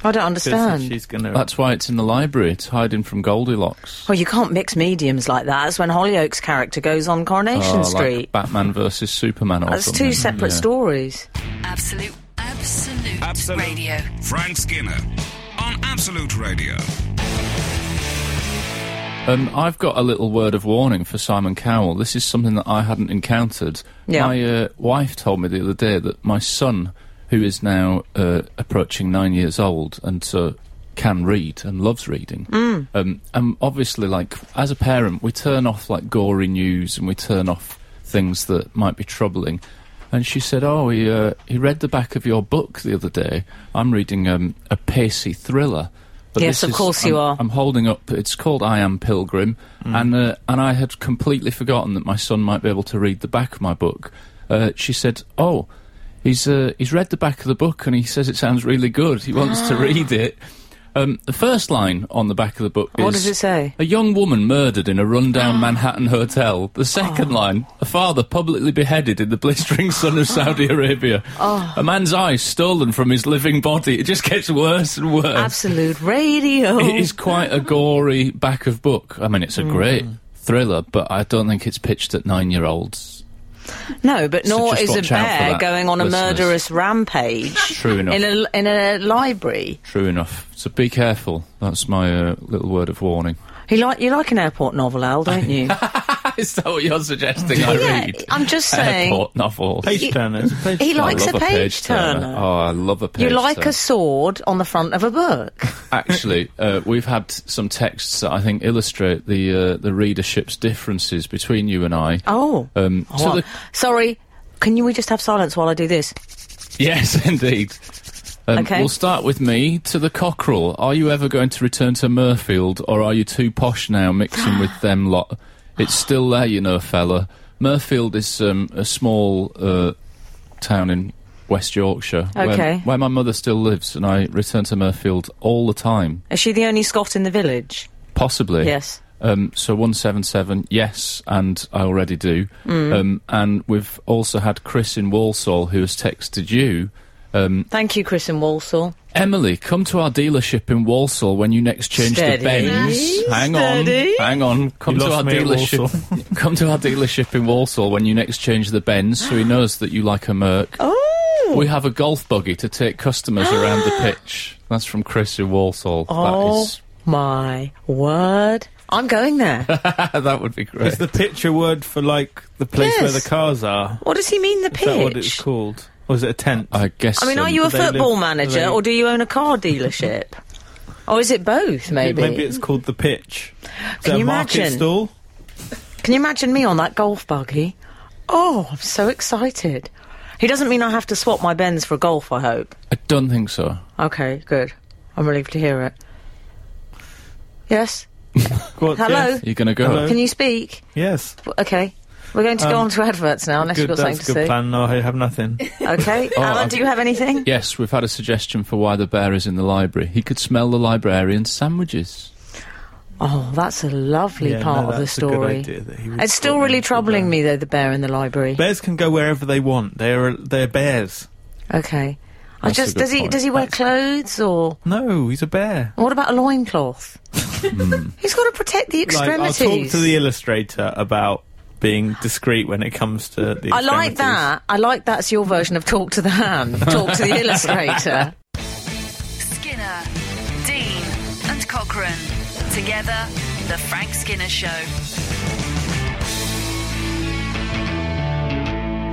Speaker 2: I don't
Speaker 4: Because
Speaker 2: understand.
Speaker 4: She's gonna.
Speaker 3: That's why it's in the library. It's hiding from Goldilocks.
Speaker 2: Well, you can't mix mediums like that. That's when Hollyoaks' character goes on Coronation
Speaker 3: Oh, like
Speaker 2: Street.
Speaker 3: Batman versus Superman or
Speaker 2: That's
Speaker 3: something.
Speaker 2: two separate
Speaker 3: Yeah.
Speaker 2: stories.
Speaker 1: Absolute, absolute,
Speaker 5: Absolute.
Speaker 1: radio.
Speaker 5: Frank Skinner on Absolute Radio.
Speaker 3: Um, I've got a little word of warning for Simon Cowell. This is something that I hadn't encountered.
Speaker 2: Yeah.
Speaker 3: My uh, wife told me the other day that my son, who is now uh, approaching nine years old and so can read and loves reading, um, and obviously, like as a parent, we turn off like gory news and we turn off things that might be troubling. And she said, "Oh, he uh, he read the back of your book the other day. I'm reading um, a pacey thriller." But
Speaker 2: Yes,
Speaker 3: this
Speaker 2: of course you
Speaker 3: I'm-
Speaker 2: are. Mm.
Speaker 3: I'm holding up. It's called I Am Pilgrim, and uh, and I had completely forgotten that my son might be able to read the back of my book. Uh, she said, "Oh, he's uh, he's read the back of the book, and he says it sounds really good. He wants
Speaker 2: <gasps>
Speaker 3: to read it." Um, the first line on the back of the book is
Speaker 2: What does it say?
Speaker 3: A young woman murdered in
Speaker 2: <gasps>
Speaker 3: a rundown Manhattan hotel. The second
Speaker 2: Oh.
Speaker 3: line, a father publicly beheaded in the blistering sun
Speaker 2: <gasps>
Speaker 3: of Saudi Arabia.
Speaker 2: Oh.
Speaker 3: A man's eyes stolen from his living body. It just gets worse and worse
Speaker 2: Absolute radio.
Speaker 3: it Um, is quite a gory back of book. I mean, it's a great
Speaker 2: Mm.
Speaker 3: thriller, but I don't think it's pitched at nine year olds.
Speaker 2: No, but
Speaker 3: So
Speaker 2: nor
Speaker 3: just
Speaker 2: is a
Speaker 3: watch out for
Speaker 2: bear
Speaker 3: that,
Speaker 2: going on a
Speaker 3: listeners.
Speaker 2: murderous rampage
Speaker 3: <laughs>
Speaker 2: <laughs>
Speaker 3: True enough.
Speaker 2: in a in a library.
Speaker 3: True enough. So be careful. That's my uh, little word of <laughs> warning.
Speaker 2: You like you like an airport novel, Al, don't you?
Speaker 3: is that what you're suggesting I
Speaker 2: yeah,
Speaker 3: read?
Speaker 2: I'm just saying.
Speaker 3: Airport novels.
Speaker 4: page turners. Page
Speaker 2: <laughs> He
Speaker 3: I
Speaker 2: likes
Speaker 3: love
Speaker 2: a page turner.
Speaker 3: Oh, I love a page
Speaker 2: You like
Speaker 3: turner.
Speaker 2: a sword on the front of a book.
Speaker 3: Actually, uh, we've had some texts that I think illustrate the uh, the readership's differences between you and I.
Speaker 2: Oh.
Speaker 3: Um, so
Speaker 2: What?
Speaker 3: the-
Speaker 2: Sorry. Can you we just have silence while I do this?
Speaker 3: Yes, <laughs> indeed. Um,
Speaker 2: Okay.
Speaker 3: We'll start with me to the cockerel. Are you ever going to return to Murfield, or are you too posh now,
Speaker 2: <gasps>
Speaker 3: mixing with them lot? It's still there, you know, fella. Murfield is um, a small uh, town in West Yorkshire, where,
Speaker 2: Okay.
Speaker 3: where my mother still lives, and I return to Murfield all the time.
Speaker 2: Is she the only Scot in the village?
Speaker 3: Possibly.
Speaker 2: Yes.
Speaker 3: Um, so 177, yes, and I already do.
Speaker 2: Mm.
Speaker 3: Um, and we've also had Chris in Walsall who has texted you.
Speaker 2: Thank you, Chris and Walsall.
Speaker 3: Emily, come to our dealership in Walsall when you next change
Speaker 2: Steady.
Speaker 3: the Benz. Hang on,
Speaker 2: Steady.
Speaker 3: hang on. Come
Speaker 4: You
Speaker 3: to
Speaker 4: lost
Speaker 3: our
Speaker 4: me at
Speaker 3: dealership. <laughs> come to our dealership in Walsall when you next change the Benz, so he knows that you like a Merc.
Speaker 2: Oh.
Speaker 3: We have a golf buggy to take customers around
Speaker 2: <gasps>
Speaker 3: the pitch. That's from Chris in Walsall.
Speaker 2: Oh.
Speaker 3: That is, <laughs>
Speaker 2: My word. I'm going there.
Speaker 3: that would be great.
Speaker 4: Is the picture word for like the place where
Speaker 2: Yes.
Speaker 4: the cars are?
Speaker 2: what does he mean, the
Speaker 4: Is that what it's
Speaker 2: pitch?
Speaker 4: called? Or is it a tent?
Speaker 3: I guess.
Speaker 2: I mean, are
Speaker 3: um,
Speaker 2: you a
Speaker 4: they live-
Speaker 2: football manager
Speaker 4: they-
Speaker 2: or do you own a car dealership? <laughs> or is it both, maybe?
Speaker 4: it's called the pitch. Is
Speaker 2: Can
Speaker 4: there
Speaker 2: you
Speaker 4: a market
Speaker 2: imagine?
Speaker 4: stall?
Speaker 2: Can you imagine me on that golf buggy? Oh, I'm so excited. He doesn't mean I have to swap my Benz for a golf, I hope.
Speaker 3: I don't think so.
Speaker 2: Okay, good. I'm relieved to hear it. Yes?
Speaker 4: What-
Speaker 2: Hello?
Speaker 4: Yes.
Speaker 3: You're going to go.
Speaker 4: Hello?
Speaker 2: Can you speak?
Speaker 4: yes.
Speaker 2: W- Okay. We're going to go on to adverts now, unless
Speaker 4: Um, Good,
Speaker 2: you've got something
Speaker 4: that's a
Speaker 2: to
Speaker 4: good Oh,
Speaker 2: say.
Speaker 4: plan. No, I
Speaker 2: <laughs>
Speaker 4: have nothing. <laughs>
Speaker 2: Okay. Alan,
Speaker 3: I've-
Speaker 2: do you have anything?
Speaker 3: Yes, we've had a suggestion for why the bear is in the library. He could smell the librarian's sandwiches.
Speaker 2: Oh, that's a lovely
Speaker 4: Yeah,
Speaker 2: part
Speaker 4: no,
Speaker 2: of the
Speaker 4: that's a good
Speaker 2: story.
Speaker 4: idea that he would
Speaker 2: It's still
Speaker 4: sort
Speaker 2: really
Speaker 4: of do
Speaker 2: troubling
Speaker 4: that.
Speaker 2: me, though, the bear in the library.
Speaker 4: Bears can go wherever they want. They're they're bears.
Speaker 2: okay. I
Speaker 3: That's a
Speaker 2: just
Speaker 3: good
Speaker 2: does he
Speaker 3: point.
Speaker 2: does he wear clothes or
Speaker 4: No, he's a bear.
Speaker 2: what about a loincloth? <laughs> He's got to protect the
Speaker 4: Like, I'll
Speaker 2: extremities.
Speaker 4: talk to the illustrator about being discreet when it comes to the.
Speaker 2: I like
Speaker 4: extremities.
Speaker 2: that. I like that's your version of talk to the hand, talk to the illustrator.
Speaker 1: Skinner, Dean, and Cochrane. Together, The Frank Skinner Show.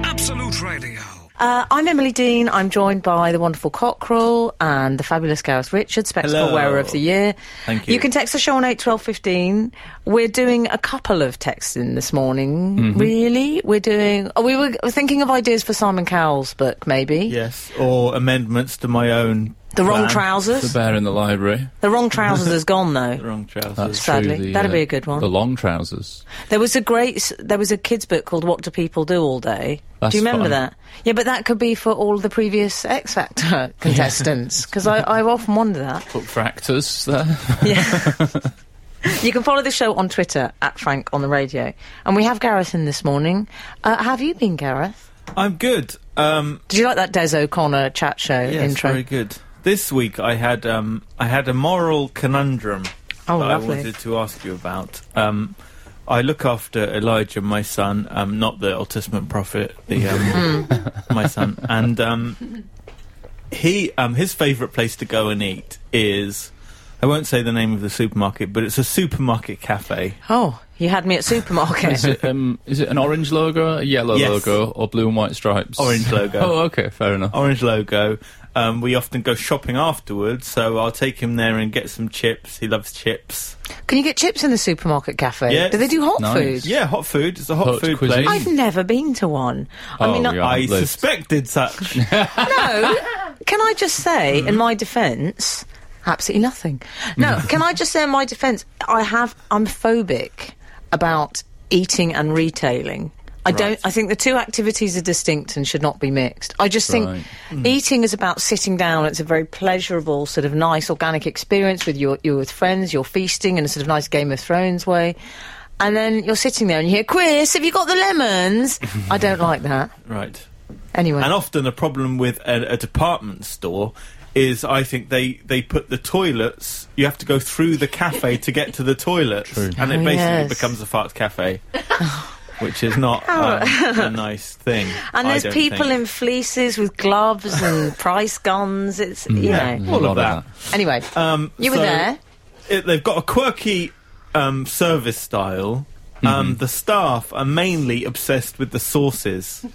Speaker 5: Absolute Radio.
Speaker 2: Uh, I'm Emily Dean. I'm joined by the wonderful Cockrell and the fabulous Gareth Richards, Spectacle
Speaker 4: Hello.
Speaker 2: Wearer of the Year.
Speaker 4: Thank you.
Speaker 2: You can text the show on 81215. We're doing a couple of texting this morning, really. We're doing. Oh, we were thinking of ideas for Simon Cowell's book, maybe.
Speaker 4: Yes, or amendments to my own
Speaker 2: The wrong
Speaker 4: Wow.
Speaker 3: The
Speaker 2: trousers. The,
Speaker 3: bear in the library.
Speaker 2: wrong
Speaker 3: <laughs>
Speaker 2: trousers is gone
Speaker 4: The
Speaker 2: though.
Speaker 4: wrong trousers.
Speaker 3: That's
Speaker 2: Sadly,
Speaker 3: true. The, uh,
Speaker 2: that'd be a good one.
Speaker 3: The long trousers.
Speaker 2: There was a great. s- There was a kids book called What Do People Do All Day.
Speaker 3: That's
Speaker 2: do you remember
Speaker 3: fun.
Speaker 2: that? Yeah, but that could be for all the previous X
Speaker 3: <laughs>
Speaker 2: Factor contestants because I, I often wonder that.
Speaker 3: But for actors, there.
Speaker 2: Yeah. you can follow the show on Twitter at Frank on the radio, and we have Gareth in this morning. Uh, how have you been, Gareth?
Speaker 4: I'm good. Um,
Speaker 2: Did you like that Des O'Connor chat show
Speaker 4: Yes,
Speaker 2: intro?
Speaker 4: very good. This week I had um, I had a moral conundrum
Speaker 2: Oh,
Speaker 4: that
Speaker 2: lovely.
Speaker 4: I wanted to ask you about. Um, I look after Elijah, my son, um, not the autism prophet,
Speaker 2: <laughs>
Speaker 4: the um,
Speaker 2: Hmm.
Speaker 4: <laughs> my son, and um, he um, his favourite place to go and eat is. I won't say the name of the supermarket, but it's a supermarket cafe.
Speaker 2: Oh, you had me at
Speaker 3: Is <laughs>
Speaker 2: supermarket.
Speaker 3: it, um, is it an orange logo, a yellow
Speaker 4: Yes.
Speaker 3: logo, or blue and white stripes?
Speaker 4: Orange logo.
Speaker 3: <laughs> oh, okay, fair enough.
Speaker 4: orange logo. Um, we often go shopping afterwards, so I'll take him there and get some chips. He loves chips.
Speaker 2: can you get chips in the supermarket cafe?
Speaker 4: Yeah.
Speaker 2: Do they do hot
Speaker 3: Nice.
Speaker 2: food?
Speaker 4: Yeah, hot food. It's a hot,
Speaker 3: Hot
Speaker 4: food
Speaker 3: cuisine.
Speaker 4: place.
Speaker 2: I've never been to one. I
Speaker 3: Oh,
Speaker 2: mean,
Speaker 3: you
Speaker 2: I,
Speaker 3: are.
Speaker 4: I
Speaker 3: I've lived. <laughs>
Speaker 4: suspected such.
Speaker 2: no. Can I just say, in my defence, absolutely nothing. No. can I just say, in my defence, I have. I'm phobic about eating and retailing. I don't. I think the two activities are distinct and should not be mixed. I just think
Speaker 3: Right.
Speaker 2: eating is about sitting down. It's a very pleasurable, sort of nice, organic experience with your you're with friends. You're feasting in a sort of nice Game of Thrones way, and then you're sitting there and you hear, "Chris, have you got the lemons?" I don't like that.
Speaker 4: right.
Speaker 2: Anyway,
Speaker 4: And often a problem with a, a department store is I think they, they put the toilets, you have to go through the cafe to get to the toilets.
Speaker 3: True.
Speaker 4: And it
Speaker 2: Oh,
Speaker 4: basically
Speaker 2: yes.
Speaker 4: becomes a
Speaker 2: <laughs>
Speaker 4: fart cafe. Which is not um, a nice thing.
Speaker 2: And
Speaker 4: I
Speaker 2: there's
Speaker 4: don't
Speaker 2: people
Speaker 4: think.
Speaker 2: in fleeces with gloves
Speaker 4: <laughs>
Speaker 2: and price guns. It's you
Speaker 4: Yeah,
Speaker 2: know.
Speaker 3: A
Speaker 4: all
Speaker 3: lot
Speaker 4: of that.
Speaker 2: Anyway,
Speaker 4: Um,
Speaker 2: you were
Speaker 4: so
Speaker 2: there.
Speaker 4: It, they've got a quirky um, service style.
Speaker 3: Mm-hmm.
Speaker 4: Um, the staff are mainly obsessed with the sauces.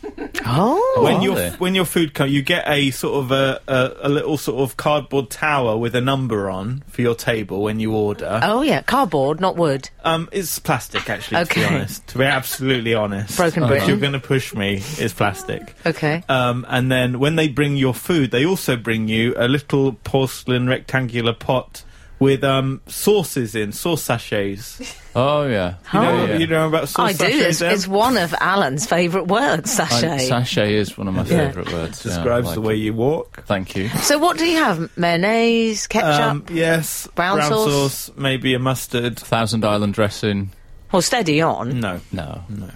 Speaker 2: Oh,
Speaker 4: when
Speaker 3: are
Speaker 4: your
Speaker 3: they?
Speaker 4: when your food comes, you get a sort of a, a a little sort of cardboard tower with a number on for your table when you order.
Speaker 2: oh yeah, cardboard, not wood.
Speaker 4: Um, it's plastic actually. To
Speaker 2: Okay.
Speaker 4: be honest, to be absolutely honest,
Speaker 2: Broken
Speaker 4: If you're
Speaker 2: Britain.
Speaker 4: going to push me, it's plastic.
Speaker 2: Okay.
Speaker 4: Um, and then when they bring your food, they also bring you a little porcelain rectangular pot with um, sauces in sauce sachets. You
Speaker 3: Oh, yeah.
Speaker 4: know,
Speaker 3: yeah.
Speaker 4: you know about sauce
Speaker 2: I do.
Speaker 4: sachets?
Speaker 2: It's,
Speaker 4: Em?
Speaker 2: it's one of Alan's favourite words, sachet.
Speaker 3: I- sachet is one of my
Speaker 2: Yeah.
Speaker 3: favourite words. yeah, I
Speaker 4: <laughs> describes
Speaker 3: like
Speaker 4: the way
Speaker 3: it.
Speaker 4: you walk.
Speaker 3: Thank you.
Speaker 2: so what do you have? Mayonnaise, ketchup,
Speaker 4: Um, yes,
Speaker 2: Brown sauce?
Speaker 4: maybe a mustard.
Speaker 3: Thousand Island dressing.
Speaker 2: well, steady on.
Speaker 4: No,
Speaker 3: No.
Speaker 4: no.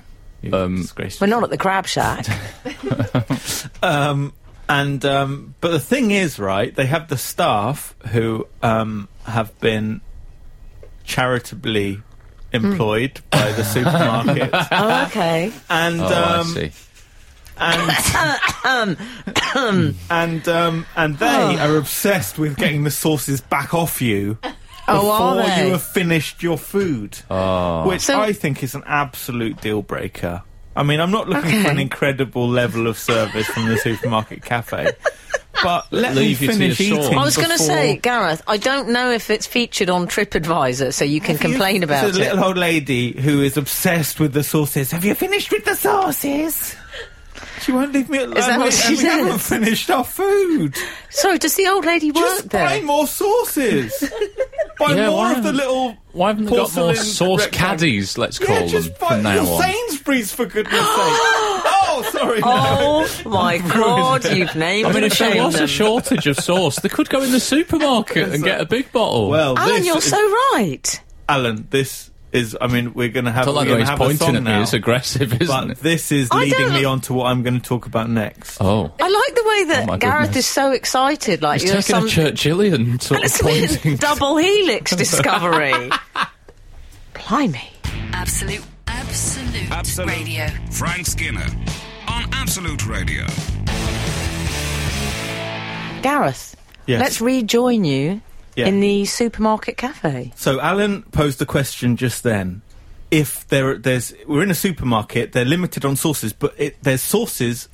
Speaker 3: Um,
Speaker 2: We're not at the crab
Speaker 4: <laughs>
Speaker 2: shack.
Speaker 4: Um, and um, but the thing is, right? They have the staff who um, have been charitably employed by the supermarket,
Speaker 2: oh, okay.
Speaker 4: and
Speaker 3: Oh, I
Speaker 4: um,
Speaker 3: see.
Speaker 4: and <coughs> and um, and they are obsessed with getting the sauces back off you
Speaker 2: Oh, are
Speaker 4: before
Speaker 2: they?
Speaker 4: you have finished your food,
Speaker 3: Ah.
Speaker 4: which
Speaker 2: So-
Speaker 4: I think is an absolute deal breaker. I mean, I'm not looking for an
Speaker 2: Okay.
Speaker 4: incredible level of service from the supermarket cafe, but let
Speaker 3: leave
Speaker 4: me
Speaker 3: you to
Speaker 4: finish
Speaker 3: your
Speaker 4: eating.
Speaker 3: sauce.
Speaker 2: I was going to
Speaker 4: before-
Speaker 2: say, Gareth, I don't know if it's featured on TripAdvisor, so you can complain about
Speaker 4: It's a
Speaker 2: it.
Speaker 4: little old lady who is obsessed with the sauces. Have you finished with the sauces? She won't leave me alone.
Speaker 2: that what
Speaker 4: and
Speaker 2: she
Speaker 4: we haven't
Speaker 2: says?
Speaker 4: finished our food.
Speaker 2: Sorry, does the old lady work
Speaker 4: Just
Speaker 2: there?
Speaker 4: buy more sauces. buy
Speaker 3: Yeah,
Speaker 4: more
Speaker 3: why
Speaker 4: of the
Speaker 3: haven't-
Speaker 4: little.
Speaker 3: Why haven't they got more
Speaker 4: porcelain
Speaker 3: sauce
Speaker 4: rectangle-
Speaker 3: caddies, let's call
Speaker 4: Yeah,
Speaker 3: them,
Speaker 4: just buy
Speaker 3: from now
Speaker 4: the
Speaker 3: on?
Speaker 4: Sainsbury's for
Speaker 2: <gasps>
Speaker 4: goodness sake. Oh, sorry. No.
Speaker 3: <laughs>
Speaker 2: Oh my god, you've named
Speaker 3: I mean,
Speaker 2: and
Speaker 3: if there
Speaker 2: shamed
Speaker 3: was a
Speaker 2: them.
Speaker 3: shortage of sauce, they could go in the supermarket and get a big bottle.
Speaker 4: Well,
Speaker 2: Alan,
Speaker 4: this
Speaker 2: you're
Speaker 4: is,
Speaker 2: so right.
Speaker 4: Alan, this is. I mean, we're going to have.
Speaker 3: I
Speaker 4: we're
Speaker 3: like the
Speaker 4: gonna
Speaker 3: way he's
Speaker 4: have a
Speaker 3: pointing
Speaker 4: song
Speaker 3: at me.
Speaker 4: now,
Speaker 3: It's aggressive, isn't
Speaker 4: But
Speaker 3: it?
Speaker 4: this is
Speaker 2: I
Speaker 4: leading
Speaker 2: don't-
Speaker 4: me on to what I'm going to talk about next.
Speaker 3: Oh.
Speaker 2: I like the way that
Speaker 3: Oh my
Speaker 2: Gareth
Speaker 3: goodness.
Speaker 2: is so excited, like
Speaker 3: He's
Speaker 2: you're
Speaker 3: taking
Speaker 2: some
Speaker 3: a Churchillian sort
Speaker 2: <laughs>
Speaker 3: of
Speaker 2: It's a
Speaker 3: pointing.
Speaker 2: double
Speaker 3: <laughs>
Speaker 2: helix discovery. Blimey.
Speaker 1: Absolute, absolute,
Speaker 5: Absolute.
Speaker 1: radio.
Speaker 5: Frank Skinner on Absolute Radio.
Speaker 2: Gareth,
Speaker 4: Yes.
Speaker 2: let's rejoin you
Speaker 4: Yeah.
Speaker 2: in the supermarket cafe.
Speaker 4: So Alan posed the question just then. If there there's we're in a supermarket, they're limited on sauces, but it, there's sauces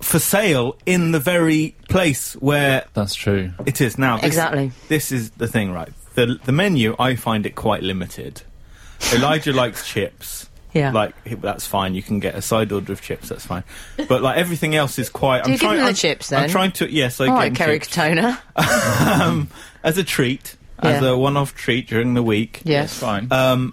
Speaker 4: for sale in the very place where
Speaker 3: That's true.
Speaker 4: it is now. This,
Speaker 2: Exactly.
Speaker 4: This is
Speaker 2: <laughs>
Speaker 4: the thing, right? The the menu I find it quite limited. Elijah likes chips.
Speaker 2: Yeah.
Speaker 4: Like he- that's fine. You can get a side order of chips. That's fine. But like everything else is quite. I'm
Speaker 2: you give
Speaker 4: trying,
Speaker 2: him the
Speaker 4: I'm-
Speaker 2: chips,
Speaker 4: I'm
Speaker 2: then?
Speaker 4: trying to. Yes, I
Speaker 2: All
Speaker 4: get
Speaker 2: right,
Speaker 4: him
Speaker 2: Kerry
Speaker 4: chips.
Speaker 2: Katona.
Speaker 4: <laughs> um, as a treat, as
Speaker 2: Yeah.
Speaker 4: a one-off treat during the week.
Speaker 3: It's
Speaker 2: Yes.
Speaker 3: fine.
Speaker 4: Um,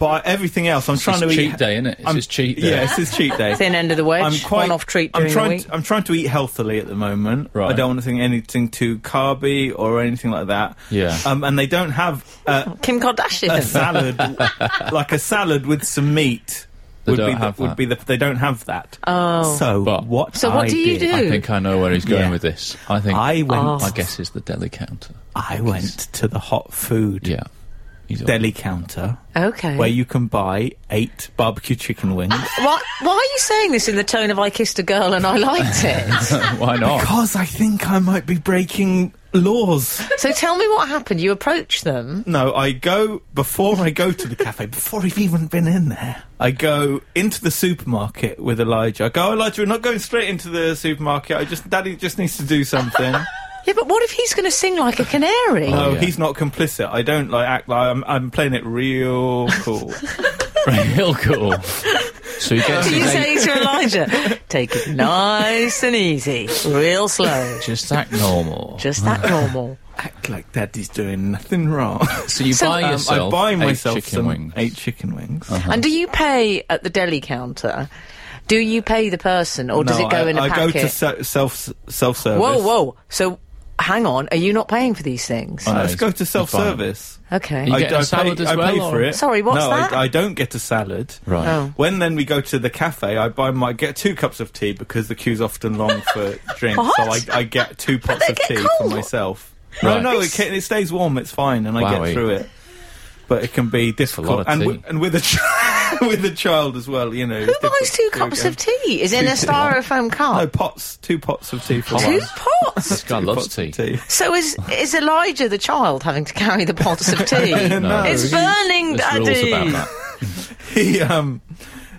Speaker 4: but everything else, I'm trying
Speaker 3: it's
Speaker 4: to
Speaker 3: cheat
Speaker 4: eat.
Speaker 3: day, innit? It's
Speaker 4: I'm-
Speaker 3: just cheat day.
Speaker 4: Yeah, it's his
Speaker 2: <laughs>
Speaker 4: cheat day.
Speaker 2: Thin end of the wedge. One-off treat
Speaker 4: I'm
Speaker 2: during
Speaker 4: trying.
Speaker 2: the week.
Speaker 4: To, I'm trying to eat healthily at the moment.
Speaker 3: Right.
Speaker 4: I don't want to think anything too carby or anything like that.
Speaker 3: Yeah.
Speaker 4: Um, and they don't have
Speaker 2: <laughs>
Speaker 4: uh,
Speaker 2: Kim
Speaker 4: a
Speaker 2: Kardashian.
Speaker 4: salad like a salad with some meat.
Speaker 3: They
Speaker 4: would
Speaker 3: don't
Speaker 4: be
Speaker 3: have
Speaker 4: the, would
Speaker 3: that.
Speaker 4: be the they don't have that.
Speaker 2: Oh.
Speaker 4: So
Speaker 3: But-
Speaker 4: what?
Speaker 2: So what
Speaker 4: I
Speaker 2: do you
Speaker 4: did-
Speaker 2: do?
Speaker 3: I think I know where he's going
Speaker 4: Yeah.
Speaker 3: with this. I think
Speaker 4: I went.
Speaker 2: Oh.
Speaker 3: my guess is the deli counter.
Speaker 4: I went to the hot food
Speaker 3: Yeah. He's
Speaker 4: deli counter
Speaker 2: Okay.
Speaker 4: where you can buy eight barbecue
Speaker 2: <gasps>
Speaker 4: chicken wings.
Speaker 2: Why, why are you saying this in the tone of I kissed a girl and I liked
Speaker 3: <laughs>
Speaker 2: it?
Speaker 3: <laughs> Why not?
Speaker 4: <laughs> Because I think I might be breaking laws.
Speaker 2: so tell me what happened. You approached them.
Speaker 4: No, I go before I go to the cafe, <laughs> before I've even been in there. I go into the supermarket with Elijah. I go, "Oh, Elijah, we're not going straight into the supermarket. I just, Daddy just needs to do <laughs> something.
Speaker 2: Yeah, but what if he's going to sing like a canary?
Speaker 4: no,
Speaker 3: yeah.
Speaker 4: he's not complicit. I don't like act like I'm. I'm playing it real cool.
Speaker 3: Real cool. So he gets
Speaker 2: Do <laughs> you
Speaker 3: his eight,
Speaker 2: say
Speaker 4: <laughs>
Speaker 2: to Elijah, take it nice and easy, real slow,
Speaker 3: just act
Speaker 4: <laughs>
Speaker 3: normal.
Speaker 2: just that normal?
Speaker 4: <laughs> act like Daddy's doing nothing <laughs> wrong.
Speaker 3: so you
Speaker 2: So,
Speaker 3: buy
Speaker 2: um,
Speaker 3: yourself
Speaker 4: I buy myself
Speaker 3: eight chicken
Speaker 4: some
Speaker 3: wings.
Speaker 4: eight chicken wings.
Speaker 2: And do you pay at the deli counter? Do you pay the person, or does
Speaker 4: No,
Speaker 2: it go
Speaker 4: I,
Speaker 2: in a
Speaker 4: I
Speaker 2: packet?
Speaker 4: go to se- self self service.
Speaker 2: whoa, whoa! So, hang on, are you not paying for these things?
Speaker 3: Oh, no,
Speaker 4: Let's
Speaker 3: he's-
Speaker 4: go to
Speaker 3: he's buying
Speaker 4: self service.
Speaker 2: okay.
Speaker 3: You get a salad
Speaker 4: pay,
Speaker 3: as
Speaker 4: I
Speaker 3: well,
Speaker 4: pay
Speaker 3: or-
Speaker 4: for it.
Speaker 2: Sorry, what's
Speaker 4: no,
Speaker 2: that?
Speaker 4: I, I don't get a salad.
Speaker 3: Right.
Speaker 2: Oh.
Speaker 4: When then we go to the cafe, I buy my get two cups of tea because the queue's often long
Speaker 2: <laughs>
Speaker 4: for drinks.
Speaker 2: What?
Speaker 4: So I, I get two pots
Speaker 2: they
Speaker 4: of
Speaker 2: get
Speaker 4: tea for
Speaker 2: cold.
Speaker 4: myself.
Speaker 3: Right.
Speaker 4: No, no, it, can, it stays warm. It's fine, and I
Speaker 3: Wowie.
Speaker 4: get through it. But it can be difficult,
Speaker 3: lot of
Speaker 4: and,
Speaker 3: tea.
Speaker 4: wi- and with a ch- <laughs> with a child as well, you know. it's
Speaker 2: Who buys
Speaker 4: difficult
Speaker 2: two
Speaker 4: to
Speaker 2: cups
Speaker 4: go-
Speaker 2: of tea? Is it in a
Speaker 4: Two-
Speaker 2: styrofoam
Speaker 4: No
Speaker 2: cup?
Speaker 4: pots, two pots of tea for
Speaker 2: Two
Speaker 4: one.
Speaker 2: pots.
Speaker 3: This guy
Speaker 4: Two
Speaker 3: loves
Speaker 4: pots
Speaker 3: tea.
Speaker 4: of tea. <laughs>
Speaker 2: So is is Elijah the child having to carry the pots
Speaker 4: <laughs>
Speaker 2: of tea?
Speaker 4: No.
Speaker 2: It's burning,
Speaker 3: There's rules
Speaker 2: Daddy.
Speaker 3: about that.
Speaker 4: he um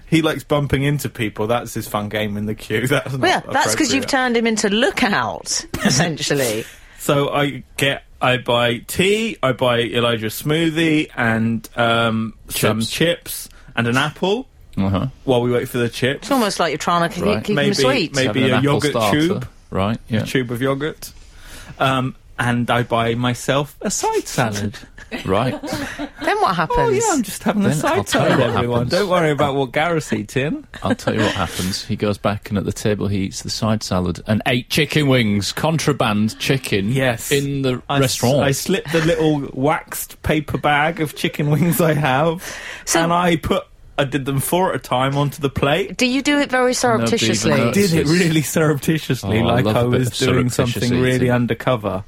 Speaker 4: he likes bumping into people. That's his fun game in the queue. <laughs> That's not
Speaker 2: Well, yeah, that's because you've
Speaker 4: appropriate.
Speaker 2: turned him into lookout, <laughs> essentially.
Speaker 4: So I get I buy tea, I buy Elijah a smoothie and um some
Speaker 3: Chips.
Speaker 4: chips and an apple
Speaker 3: Uh-huh.
Speaker 4: while we wait for the chips.
Speaker 2: it's almost like you're trying to keep,
Speaker 3: Right.
Speaker 2: keep him
Speaker 4: Maybe-
Speaker 2: sweet.
Speaker 4: maybe-
Speaker 3: Having an
Speaker 4: a
Speaker 3: apple
Speaker 4: yogurt
Speaker 3: starter.
Speaker 4: tube.
Speaker 3: Right, yeah.
Speaker 4: Tube of yogurt. Um and I buy myself a side salad.
Speaker 3: Right.
Speaker 4: <laughs>
Speaker 2: Then what happens?
Speaker 4: oh yeah, I'm just having a
Speaker 3: Then I'll
Speaker 4: side
Speaker 3: tell you
Speaker 4: salad,
Speaker 3: what
Speaker 4: everyone.
Speaker 3: happens.
Speaker 4: Don't worry about what Gareth's eating.
Speaker 3: I'll tell you what happens. He goes back and at the table he eats the side salad and eight chicken wings, contraband chicken
Speaker 4: Yes.
Speaker 3: in the
Speaker 4: I s-
Speaker 3: restaurant.
Speaker 4: I slip the little waxed paper bag of chicken wings I have,
Speaker 2: So-
Speaker 4: and I put. I did them four at a time onto the plate.
Speaker 2: Do you do it very surreptitiously?
Speaker 3: Nobody
Speaker 2: <laughs>
Speaker 3: even
Speaker 4: Did it
Speaker 3: Notices.
Speaker 4: really surreptitiously,
Speaker 3: Oh, I
Speaker 4: like
Speaker 3: love
Speaker 4: I
Speaker 3: a bit
Speaker 4: was
Speaker 3: of
Speaker 4: doing
Speaker 3: surreptitious
Speaker 4: something really
Speaker 3: eating.
Speaker 4: undercover.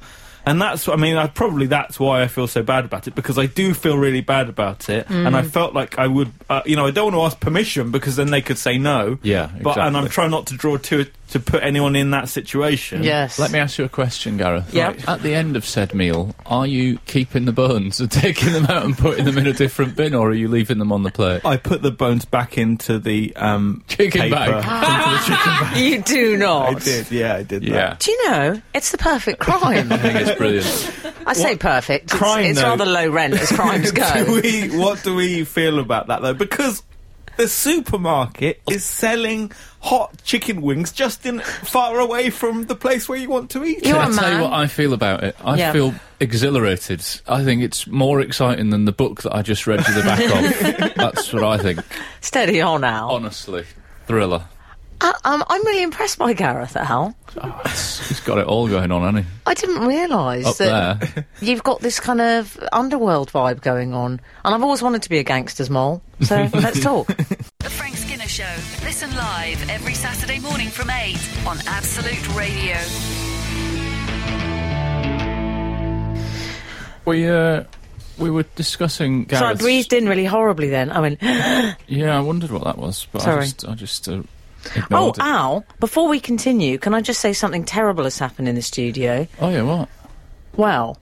Speaker 4: And that's, I mean, I, probably that's why I feel so bad about it because I do feel really bad about it, and I felt like I would, uh, you know, I don't want to ask permission because then they could say no.
Speaker 3: Yeah,
Speaker 4: But and I'm
Speaker 3: exactly.
Speaker 4: trying not to draw to to put anyone in that situation.
Speaker 2: yes.
Speaker 3: Let me ask you a question, Gareth.
Speaker 2: Yeah.
Speaker 3: Right, At the end of said meal, are you keeping the bones and <laughs> taking them out and putting them in a different bin, or are you leaving them on the plate?
Speaker 4: I put the bones back into the um,
Speaker 3: Chicken
Speaker 4: paper,
Speaker 3: bag.
Speaker 4: into the chicken bag.
Speaker 2: you do not.
Speaker 4: I did, yeah, I did.
Speaker 3: Yeah.
Speaker 2: Do you know it's the perfect
Speaker 4: <laughs>
Speaker 2: crime?
Speaker 3: I think it's brilliant.
Speaker 2: I say perfect. It's,
Speaker 4: Crime,
Speaker 2: it's
Speaker 4: though.
Speaker 2: rather low rent as
Speaker 4: <laughs>
Speaker 2: crimes
Speaker 4: That. Do
Speaker 2: go.
Speaker 4: we? What do we feel about that though? Because the supermarket is selling hot chicken wings just in far away from the place where you want to eat.
Speaker 2: You're a
Speaker 4: it.
Speaker 3: Can I tell
Speaker 2: man.
Speaker 3: you what I feel about it? I
Speaker 2: Yeah.
Speaker 3: feel exhilarated. I think it's more exciting than the book that I just read to the back of. That's what I think.
Speaker 2: Steady on, Al.
Speaker 4: Oh.
Speaker 3: Honestly, thriller.
Speaker 2: I, um, I'm really impressed by Gareth, Al.
Speaker 3: Oh, it's- he's got it all going on, hasn't he?
Speaker 2: I didn't realise
Speaker 3: Up
Speaker 2: that
Speaker 3: there.
Speaker 2: you've got this kind of underworld vibe going on. And I've always wanted to be a gangster's mole.
Speaker 4: <laughs>
Speaker 2: So let's talk.
Speaker 1: The Frank Skinner Show. Listen live every Saturday morning from 8 on Absolute Radio.
Speaker 3: <laughs> We uh, we were discussing.
Speaker 2: So I
Speaker 3: Gareth's-
Speaker 2: breathed in really horribly then. I went, <gasps>
Speaker 3: Yeah, I wondered what that was, but
Speaker 2: Sorry.
Speaker 3: I just, I just uh, ignored
Speaker 2: oh,
Speaker 3: it.
Speaker 2: Al, before we continue, can I just say something terrible has happened in the studio?
Speaker 3: oh yeah, what?
Speaker 2: Well,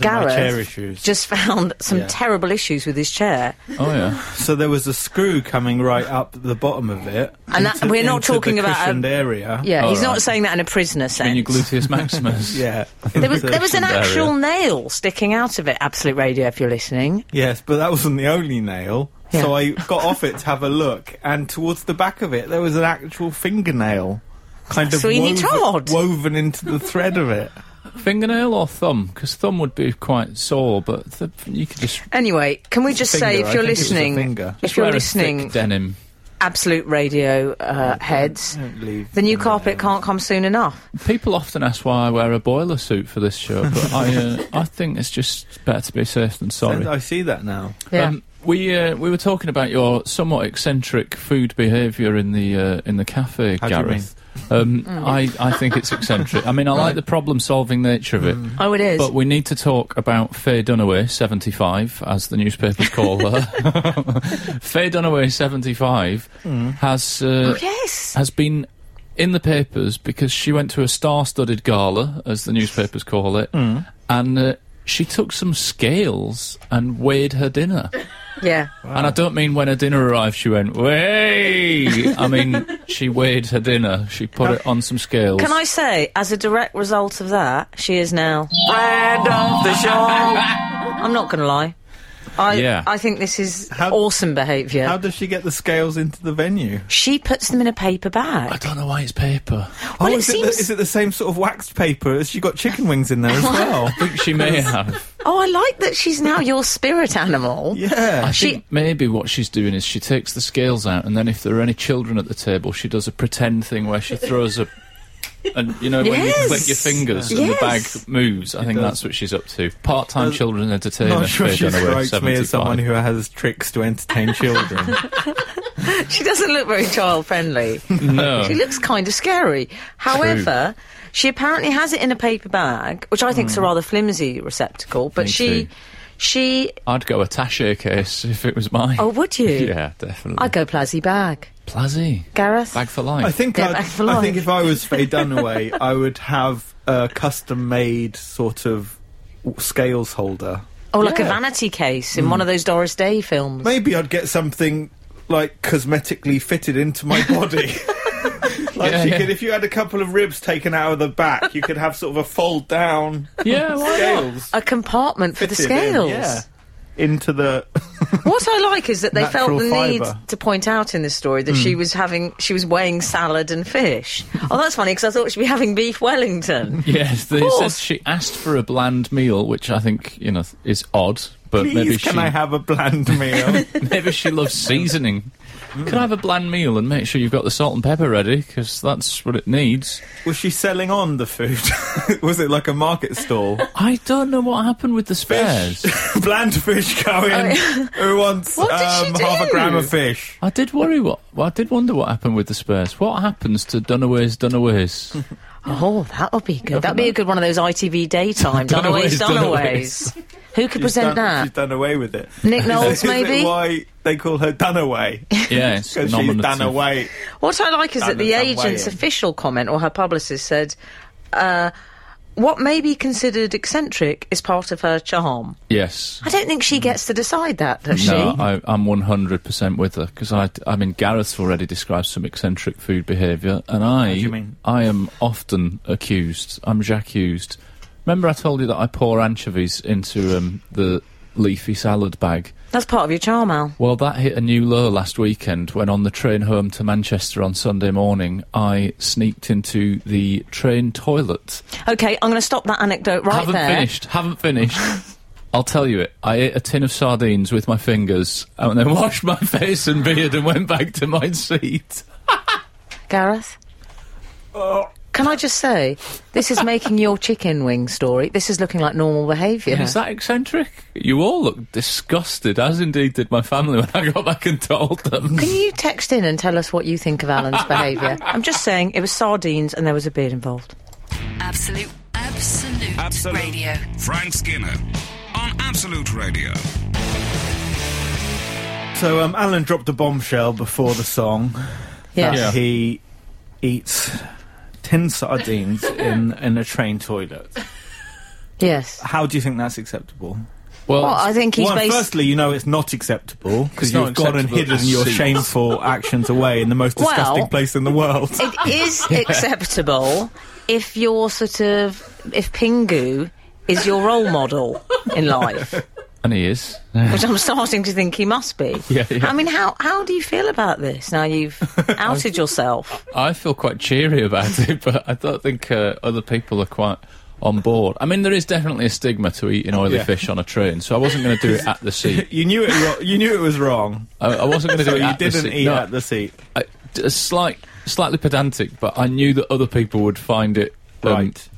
Speaker 4: my
Speaker 2: Gareth
Speaker 4: chair issues.
Speaker 2: just found some
Speaker 4: Yeah.
Speaker 2: terrible issues with his chair. <laughs>
Speaker 3: Oh yeah.
Speaker 4: So there was a screw coming right up the bottom of it,
Speaker 2: And that- we're not
Speaker 4: into
Speaker 2: talking
Speaker 4: the
Speaker 2: about a-
Speaker 4: cushioned area.
Speaker 2: Yeah,
Speaker 3: All
Speaker 2: he's not
Speaker 3: right.
Speaker 2: saying that in a prisoner
Speaker 3: In your
Speaker 2: sense. <laughs>
Speaker 3: gluteus maximus.
Speaker 4: yeah.
Speaker 2: there was there was an
Speaker 3: Cushioned area.
Speaker 2: actual nail sticking out of it. Absolute Radio, if you're listening.
Speaker 4: yes, but that wasn't the only nail. So
Speaker 2: Yeah.
Speaker 4: I got off it to have a look, and towards the back of it, there was an actual fingernail, kind of
Speaker 2: Sweeney
Speaker 4: woven,
Speaker 2: Todd.
Speaker 4: woven into the thread of it.
Speaker 3: Fingernail or thumb? Because thumb would be quite sore, but th- you could just,
Speaker 2: Anyway, can we just say
Speaker 4: Finger,
Speaker 2: if you're
Speaker 4: I think it was a
Speaker 2: listening,
Speaker 4: finger.
Speaker 2: if
Speaker 3: just
Speaker 2: you're
Speaker 3: wear a
Speaker 2: listening,
Speaker 3: thick denim.
Speaker 2: absolute radio uh, heads,
Speaker 4: Don't leave
Speaker 2: the new
Speaker 4: fingernails.
Speaker 2: carpet can't come soon enough.
Speaker 3: People often ask why I wear a boiler suit for this show, but I,
Speaker 2: <laughs>
Speaker 3: uh, I think it's just better to be safe than sorry.
Speaker 4: I see that now.
Speaker 2: Yeah.
Speaker 3: Um, we uh, we were talking about your somewhat eccentric food behaviour in the uh, in the cafe,
Speaker 4: How do you
Speaker 3: Gareth. Um, I I think it's eccentric. I mean, I like the problem solving nature of it.
Speaker 4: Mm.
Speaker 2: oh, it is.
Speaker 3: But we need to talk about Faye Dunaway, 75, as the newspapers call
Speaker 4: <laughs>
Speaker 3: her. <laughs> Faye Dunaway, 75,
Speaker 4: Mm.
Speaker 3: has uh,
Speaker 2: yes.
Speaker 3: has been in the papers because she went to a star-studded gala, as the newspapers call it,
Speaker 4: Mm.
Speaker 3: and uh, she took some scales and weighed her dinner.
Speaker 2: Yeah.
Speaker 3: And I don't mean when her dinner arrived, she went,
Speaker 4: <laughs>
Speaker 3: "Way." I mean, she weighed her dinner. She put it on some scales.
Speaker 2: Can I say, as a direct result of that, she is now. <laughs> I'm not going to lie. I,
Speaker 3: Yeah.
Speaker 2: I think this is
Speaker 4: How-
Speaker 2: awesome behaviour.
Speaker 4: How does she get the scales into the venue?
Speaker 2: she puts them in a paper
Speaker 3: I
Speaker 2: bag.
Speaker 3: don't know why it's paper.
Speaker 2: Well,
Speaker 4: oh,
Speaker 2: it
Speaker 4: is, it
Speaker 2: seems-
Speaker 4: the, is it the same sort of waxed paper? Has she got chicken wings in
Speaker 2: <laughs>
Speaker 4: there as well?
Speaker 3: I think she may have.
Speaker 2: Oh, I like that she's now your spirit animal.
Speaker 4: <laughs> yeah.
Speaker 3: I
Speaker 2: She-
Speaker 3: think maybe what she's doing is she takes the scales out, and then if there are any children at the table, she does a pretend thing where she throws a. And you know when you click your
Speaker 2: Yes.
Speaker 3: fingers and
Speaker 2: Yes.
Speaker 3: the bag moves, I think
Speaker 4: does.
Speaker 3: that's what she's up to. Part-time children entertainment.
Speaker 4: Not sure
Speaker 3: Faye
Speaker 4: she
Speaker 3: Dunaway,
Speaker 4: strikes me
Speaker 3: 75.
Speaker 4: as someone who has tricks to entertain children.
Speaker 2: She doesn't look very child
Speaker 4: <laughs>
Speaker 2: friendly.
Speaker 3: No.
Speaker 2: She looks kind of scary. However, she apparently has it in a paper bag, which I
Speaker 4: Mm.
Speaker 2: think is a rather flimsy receptacle, but
Speaker 3: Me
Speaker 2: she
Speaker 3: too.
Speaker 2: she
Speaker 3: I'd go attaché case if it was mine.
Speaker 2: Oh, would you?
Speaker 3: <laughs> Yeah, definitely.
Speaker 2: I go plasy bag.
Speaker 3: Plazzy.
Speaker 2: Gareth?
Speaker 3: Bag for life.
Speaker 4: I think
Speaker 2: Yeah,
Speaker 4: I'd-
Speaker 2: back for
Speaker 4: I
Speaker 2: life.
Speaker 4: think if I was Faye Dunaway, I would have a custom-made sort of w- scales holder.
Speaker 2: Oh, like a
Speaker 3: Yeah.
Speaker 2: vanity case
Speaker 4: Hmm.
Speaker 2: in one of those Doris Day films.
Speaker 4: Maybe I'd get something like cosmetically fitted into my
Speaker 2: <laughs>
Speaker 4: body. <laughs> like
Speaker 3: Yeah,
Speaker 4: you
Speaker 3: yeah.
Speaker 4: could, if you had a couple of ribs taken out of the back, you could have sort of a fold down
Speaker 3: yeah, why not?
Speaker 4: scales
Speaker 2: A compartment for the
Speaker 4: fitted in,
Speaker 2: scales.
Speaker 4: yeah, into the
Speaker 2: What I like is that they felt
Speaker 4: Natural
Speaker 2: the
Speaker 4: fibre. Hmm.
Speaker 2: need to point out in this story that she was having she was weighing salad and
Speaker 4: <laughs>
Speaker 2: fish. oh, that's funny because I thought she'd be having beef Wellington.
Speaker 3: Yes, they said
Speaker 2: course.
Speaker 3: she asked for a bland meal, which I think you know is odd, but
Speaker 4: Please,
Speaker 3: maybe
Speaker 4: can
Speaker 3: she
Speaker 4: I have a bland meal?
Speaker 3: <laughs> maybe she
Speaker 4: <laughs>
Speaker 3: loves seasoning. Can I have a bland meal and make sure you've got the salt and pepper ready because that's what it needs.
Speaker 4: was she selling on the food? <laughs> was it like a market stall? <laughs>
Speaker 3: I don't know what happened with the spares.
Speaker 4: bland fish going. Who wants
Speaker 2: Oh, What did she
Speaker 4: um, half a
Speaker 2: do?
Speaker 4: gram of fish?
Speaker 3: I did worry what well, I did wonder what happened with the spares. What happens to Dunaway's
Speaker 4: <laughs>
Speaker 3: Dunaways?
Speaker 2: Oh, that would be good. That'd be a good one of those ITV
Speaker 4: <laughs>
Speaker 2: daytime Dunaways,
Speaker 3: Dunaways,
Speaker 2: Dunaways. <laughs> Who could present
Speaker 4: done, she's
Speaker 2: that?
Speaker 4: done away with it.
Speaker 2: Nick Knowles,
Speaker 4: <laughs> Is it
Speaker 2: maybe?
Speaker 4: Why they call
Speaker 2: <laughs>
Speaker 4: her Dunaway?
Speaker 3: Yeah, it's
Speaker 4: Because she's
Speaker 3: nominative.
Speaker 4: done away.
Speaker 2: What I like is that
Speaker 4: Done
Speaker 2: the
Speaker 4: in some
Speaker 2: agent's
Speaker 4: way in.
Speaker 2: official comment or her publicist said, uh, "What may be considered eccentric is part of her charm."
Speaker 3: Yes.
Speaker 2: I don't think she gets to decide that, does she?
Speaker 3: No, I, I'm 100% with her because I, I mean, Gareth's already described some eccentric food behaviour, and I,
Speaker 4: you mean?
Speaker 3: I am often accused. I'm accused. Remember, I told you that I pour anchovies into um, the leafy salad bag.
Speaker 2: That's part of your charm, Al.
Speaker 3: Well, that hit a new low last weekend when, on the train home to Manchester on Sunday morning, I sneaked into the train toilet.
Speaker 2: Okay, I'm going to stop that anecdote right
Speaker 3: haven't
Speaker 2: there.
Speaker 3: finished. Haven't finished.
Speaker 4: <laughs>
Speaker 3: I'll tell you it. I ate a tin of sardines with my fingers and then <laughs> washed my face and beard and went back to my seat.
Speaker 2: Gareth? Can I just say, this is making your chicken wing story. This is looking like normal behaviour.
Speaker 3: Is that eccentric? You all look disgusted, as indeed did my family when I got back and told them.
Speaker 2: Can you text in and tell us what you think of <laughs> Alan's behaviour? I'm just saying, it was sardines and there was a beard involved.
Speaker 1: Absolute, absolute,
Speaker 5: Absolute.
Speaker 1: radio.
Speaker 5: Frank Skinner on Absolute Radio.
Speaker 4: So um, Alan dropped a bombshell before the song.
Speaker 2: Yes.
Speaker 4: that
Speaker 3: Yeah.
Speaker 4: He eats tin <laughs> sardines in in a train toilet.
Speaker 2: Yes.
Speaker 4: How do you think that's acceptable?
Speaker 3: Well,
Speaker 2: Well, I think he's
Speaker 4: well,
Speaker 2: based.
Speaker 4: firstly, you know it's not acceptable
Speaker 3: It's
Speaker 4: because
Speaker 3: not
Speaker 4: you've gone and
Speaker 3: acceptable
Speaker 4: hidden
Speaker 3: to
Speaker 4: your
Speaker 3: see. <laughs>
Speaker 4: shameful actions away in the most disgusting
Speaker 2: Well-
Speaker 4: place in the world.
Speaker 2: It <laughs> is acceptable if you're sort of if Pingu is your role model in life.
Speaker 3: And he is.
Speaker 2: which I'm starting to think he must be.
Speaker 3: <laughs> Yeah, yeah.
Speaker 2: I mean, how how do you feel about this now
Speaker 3: <laughs>
Speaker 2: you've outed yourself?
Speaker 3: I feel quite cheery about it, <laughs> but I don't think uh, other people are quite on board. I mean, there is definitely a stigma to eating oily
Speaker 4: Yeah.
Speaker 3: fish on a train, so I wasn't going to do it at the
Speaker 4: <laughs>
Speaker 3: seat.
Speaker 4: You knew it. Ro- you knew it was wrong,
Speaker 3: I, I wasn't going to
Speaker 4: so
Speaker 3: do it
Speaker 4: you
Speaker 3: at the
Speaker 4: didn't
Speaker 3: seat.
Speaker 4: eat
Speaker 3: No,
Speaker 4: at the seat.
Speaker 3: I- d- a slight, slightly pedantic, but I knew that other people would find it. um,
Speaker 4: right.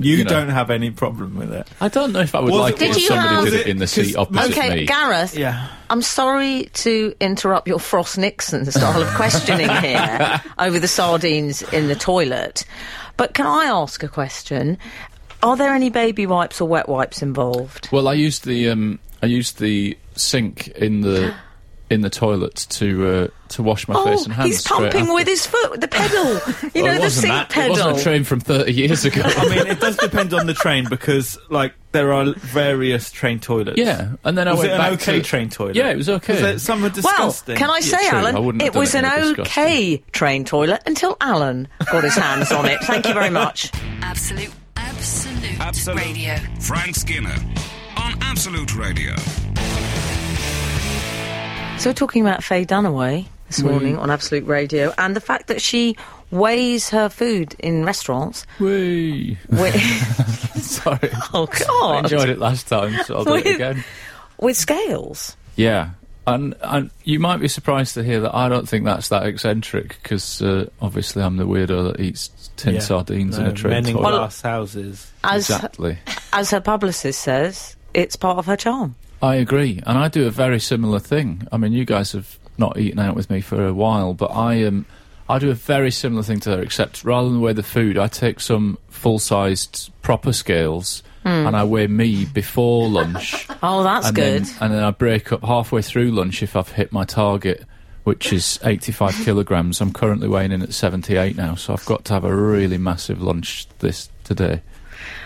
Speaker 4: You,
Speaker 3: you know.
Speaker 4: don't have any problem with it.
Speaker 3: I don't know if I would
Speaker 4: Was
Speaker 3: like
Speaker 4: it-
Speaker 3: it
Speaker 2: Did
Speaker 3: if
Speaker 2: you
Speaker 3: somebody
Speaker 2: have-
Speaker 3: did
Speaker 4: Was
Speaker 3: it in the
Speaker 4: it-
Speaker 3: seat
Speaker 4: 'cause-
Speaker 3: opposite
Speaker 2: okay,
Speaker 3: me.
Speaker 2: Gareth.
Speaker 4: Yeah.
Speaker 2: I'm sorry to interrupt your Frost Nixon style of
Speaker 3: <laughs>
Speaker 2: questioning here over the sardines in the toilet, but can I ask a question? Are there any baby wipes or wet wipes involved?
Speaker 3: Well, I used the um, I used the sink in the in the toilet to uh, to wash my face and
Speaker 2: oh,
Speaker 3: hands.
Speaker 2: he's
Speaker 3: straight
Speaker 2: pumping
Speaker 3: after.
Speaker 2: with his foot, the
Speaker 3: <laughs>
Speaker 2: pedal. You
Speaker 3: Well,
Speaker 2: know,
Speaker 3: it
Speaker 2: the
Speaker 3: wasn't
Speaker 2: sink
Speaker 3: that. It
Speaker 2: pedal.
Speaker 3: wasn't a train from thirty years ago.
Speaker 2: <laughs>
Speaker 4: I mean, it does depend on the train because, like, there are various train toilets.
Speaker 3: yeah, and then I
Speaker 4: was
Speaker 3: went
Speaker 4: it
Speaker 3: back
Speaker 4: an okay
Speaker 3: to
Speaker 4: train toilet?
Speaker 3: Yeah, it was okay.
Speaker 4: 'Cause there- Some are
Speaker 2: Well,
Speaker 4: disgusting.
Speaker 2: can I say,
Speaker 3: true. I
Speaker 2: Alan,
Speaker 3: wouldn't have
Speaker 2: it
Speaker 3: done
Speaker 2: was
Speaker 3: it
Speaker 2: an
Speaker 3: in a disgusting-
Speaker 2: okay train toilet until Alan got his hands on it. Thank you very much.
Speaker 1: Absolute, absolute,
Speaker 4: Absolute.
Speaker 1: radio.
Speaker 5: Frank Skinner on Absolute Radio.
Speaker 2: So we're talking about Faye Dunaway this morning on Absolute Radio and the fact that she weighs her food in restaurants.
Speaker 3: Whee. <laughs>
Speaker 2: With,
Speaker 3: Sorry,
Speaker 2: <laughs> oh
Speaker 3: I enjoyed
Speaker 2: God,
Speaker 3: it last time, so
Speaker 2: <laughs>
Speaker 3: I'll do it
Speaker 2: With-
Speaker 3: again.
Speaker 2: with scales.
Speaker 3: Yeah, and and you might be surprised to hear that I don't think that's that eccentric because uh, obviously I'm the weirdo that eats tin
Speaker 4: Yeah.
Speaker 3: sardines in
Speaker 4: No,
Speaker 3: a train
Speaker 4: men in
Speaker 3: toilet.
Speaker 4: glass houses.
Speaker 2: As
Speaker 3: exactly.
Speaker 2: as her publicist says, it's part of her charm.
Speaker 3: I agree, and I do a very similar thing. I mean, you guys have not eaten out with me for a while, but I um, I do a very similar thing to her, except rather than weigh the food, I take some full-sized proper scales and I weigh me before lunch.
Speaker 2: Oh, that's
Speaker 3: and
Speaker 2: good.
Speaker 3: Then, and then I break up halfway through lunch if I've hit my target, which is
Speaker 2: <laughs>
Speaker 3: 85 kilograms. I'm currently weighing in at 78 now, so I've got to have a really massive lunch this today.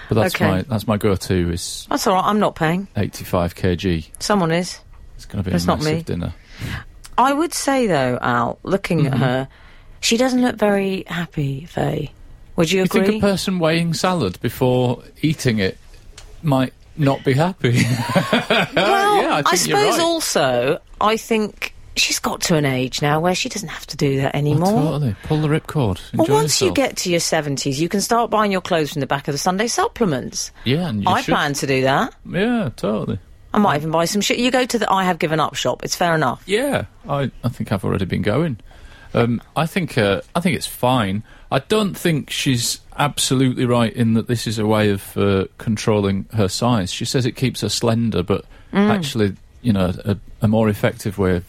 Speaker 3: But that's
Speaker 2: Okay.
Speaker 3: my that's my go-to is
Speaker 2: That's all right. I'm not paying.
Speaker 3: 85 kg.
Speaker 2: Someone is.
Speaker 3: It's going to be
Speaker 2: That's
Speaker 3: a
Speaker 2: not
Speaker 3: massive
Speaker 2: me.
Speaker 3: dinner.
Speaker 2: I would say though, Al, looking at her, she doesn't look very happy. Faye, would you
Speaker 3: You
Speaker 2: agree?
Speaker 3: think a person weighing salad before eating it might not be happy? <laughs>
Speaker 2: Well,
Speaker 3: Uh, Yeah, I
Speaker 2: I,
Speaker 3: think you're
Speaker 2: suppose
Speaker 3: right.
Speaker 2: also, I think she's got to an age now where she doesn't have to do that anymore.
Speaker 3: totally. Pull the ripcord.
Speaker 2: Well,
Speaker 3: Enjoy
Speaker 2: once you
Speaker 3: yourself.
Speaker 2: get to your 70s, you can start buying your clothes from the back of the Sunday supplements.
Speaker 3: yeah, and you
Speaker 2: I
Speaker 3: should-
Speaker 2: plan to do that.
Speaker 3: Yeah, totally.
Speaker 2: I might even buy some shit. You go to the I Have Given Up shop, it's fair enough.
Speaker 3: Yeah, I, I think I've already been going. Um, I think uh, I think it's fine. I don't think she's absolutely right in that this is a way of uh, controlling her size. She says it keeps her slender, but actually, you know, a, a more effective way of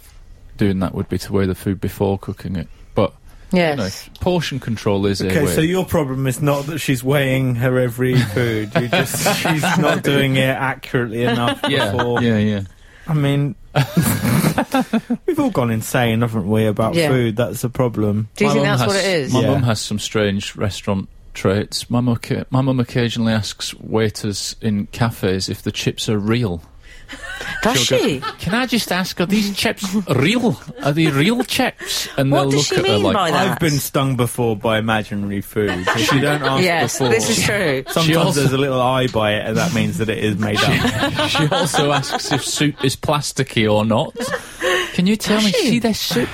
Speaker 3: doing that would be to weigh the food before cooking it. But you know,
Speaker 2: Yes.
Speaker 3: portion control is a
Speaker 4: Okay,
Speaker 3: way.
Speaker 4: so your problem is not that she's weighing her every food. You <laughs> just she's not doing it accurately enough. <laughs>
Speaker 3: yeah,
Speaker 4: Before.
Speaker 3: yeah, yeah. <laughs>
Speaker 4: I mean, we've all gone insane, haven't we, about
Speaker 2: Yeah.
Speaker 4: food? That's the problem.
Speaker 2: Do you
Speaker 3: My
Speaker 2: think
Speaker 3: mum
Speaker 2: that's what
Speaker 3: has-
Speaker 2: it is?
Speaker 3: My
Speaker 4: Yeah.
Speaker 3: mum has some strange restaurant traits. My mum, occa- my mum occasionally asks waiters in cafes if the chips are real.
Speaker 2: Does
Speaker 3: She'll go,
Speaker 2: she?
Speaker 3: Can I just ask, are these chips real? Are they real chips? And
Speaker 2: What
Speaker 3: they'll
Speaker 2: does
Speaker 3: look
Speaker 2: she
Speaker 3: at her
Speaker 2: mean
Speaker 3: like,
Speaker 2: by that?
Speaker 4: I've been stung before by
Speaker 2: <laughs>
Speaker 4: imaginary food. If you don't ask
Speaker 2: Yes,
Speaker 4: before,
Speaker 2: this is
Speaker 3: <laughs>
Speaker 2: true.
Speaker 4: sometimes
Speaker 3: She also-
Speaker 4: there's a little eye by it, and that means that it is made up.
Speaker 3: she also asks if soup is plasticky or not. Can you tell me,
Speaker 2: she?
Speaker 3: see this soup?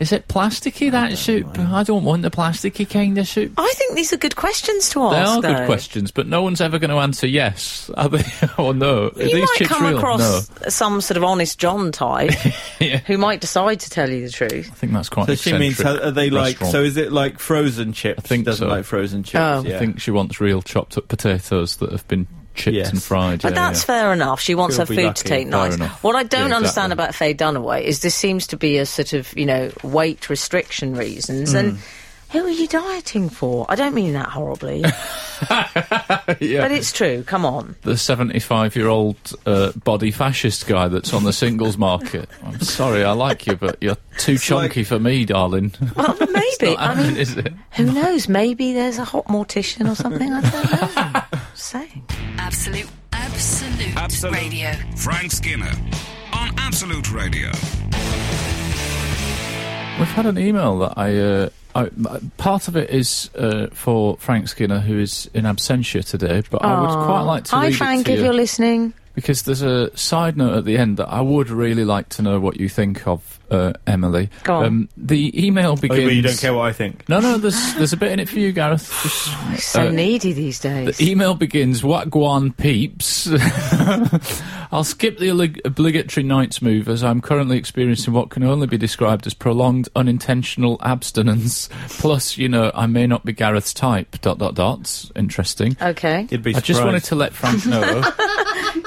Speaker 3: Is it plasticky, that soup? I don't want the plasticky kind of soup.
Speaker 2: I think these are good questions to
Speaker 3: They
Speaker 2: ask.
Speaker 3: are good
Speaker 2: though.
Speaker 3: questions, but no one's ever going to answer yes, are they? <laughs> or no. Are
Speaker 2: You
Speaker 3: these
Speaker 2: might
Speaker 3: chips
Speaker 2: come
Speaker 3: real? No.
Speaker 2: across some sort of honest John type
Speaker 3: <laughs> Yeah.
Speaker 2: who might decide to tell you the truth.
Speaker 3: I think that's quite
Speaker 4: So she means,
Speaker 3: eccentric
Speaker 4: are they like?
Speaker 3: restaurant.
Speaker 4: So is it like frozen chips?
Speaker 3: I think
Speaker 4: doesn't
Speaker 3: so.
Speaker 4: like frozen chips.
Speaker 2: Oh. I
Speaker 4: yeah.
Speaker 3: I think she wants real chopped up potatoes that have been chipped
Speaker 4: Yes.
Speaker 3: and fried.
Speaker 2: But
Speaker 3: yeah, yeah.
Speaker 2: that's fair enough. She wants
Speaker 4: She'll
Speaker 2: her
Speaker 4: be
Speaker 2: food
Speaker 4: lucky.
Speaker 2: to take
Speaker 4: Fair
Speaker 2: nice.
Speaker 3: enough.
Speaker 2: What I don't
Speaker 3: Yeah,
Speaker 2: understand
Speaker 3: exactly.
Speaker 2: about Faye Dunaway is this seems to be a sort of, you know, weight restriction reasons. And
Speaker 3: Hmm.
Speaker 2: who are you dieting for? I don't mean that horribly,
Speaker 3: <laughs> Yeah.
Speaker 2: but it's true. Come
Speaker 3: <laughs>
Speaker 2: on.
Speaker 3: the 75 year old uh, body fascist guy that's on the singles
Speaker 2: <laughs>
Speaker 3: market. I'm sorry, I like you, but you're too chunky
Speaker 4: like-
Speaker 3: for me, darling.
Speaker 2: Well, maybe. I
Speaker 3: Happening,
Speaker 2: mean,
Speaker 3: is it?
Speaker 2: who knows? Maybe there's a hot mortician or something. I don't know.
Speaker 3: <laughs>
Speaker 2: Just saying.
Speaker 1: Absolute, absolute,
Speaker 4: Absolute.
Speaker 1: radio.
Speaker 5: Frank Skinner on Absolute Radio.
Speaker 3: We've had an email that I. Uh, I, m- part of it is uh, for Frank Skinner, who is in absentia today, but I would quite like to
Speaker 2: Hi,
Speaker 3: read it
Speaker 2: Frank,
Speaker 3: to
Speaker 2: if
Speaker 3: you.
Speaker 2: you're listening.
Speaker 3: because there's a side note at the end that I would really like to know what you think of, uh, Emily. Um,
Speaker 2: Go on.
Speaker 3: the email
Speaker 4: Oh,
Speaker 3: begins.
Speaker 4: well, you don't care what I think.
Speaker 3: No, no, there's there's a bit in it for you, Gareth. Just-
Speaker 2: So
Speaker 3: uh,
Speaker 2: needy these days.
Speaker 3: The e- email begins, What Guan peeps? <laughs> I'll skip the oblig- obligatory night's move as I'm currently experiencing what can only be described as prolonged unintentional abstinence. Plus, you know, I may not be Gareth's type. Dot dot dots. Interesting. <laughs>
Speaker 2: okay.
Speaker 4: You'd
Speaker 3: I
Speaker 4: be surprised.
Speaker 3: just wanted to let Frank
Speaker 4: <laughs>
Speaker 3: know.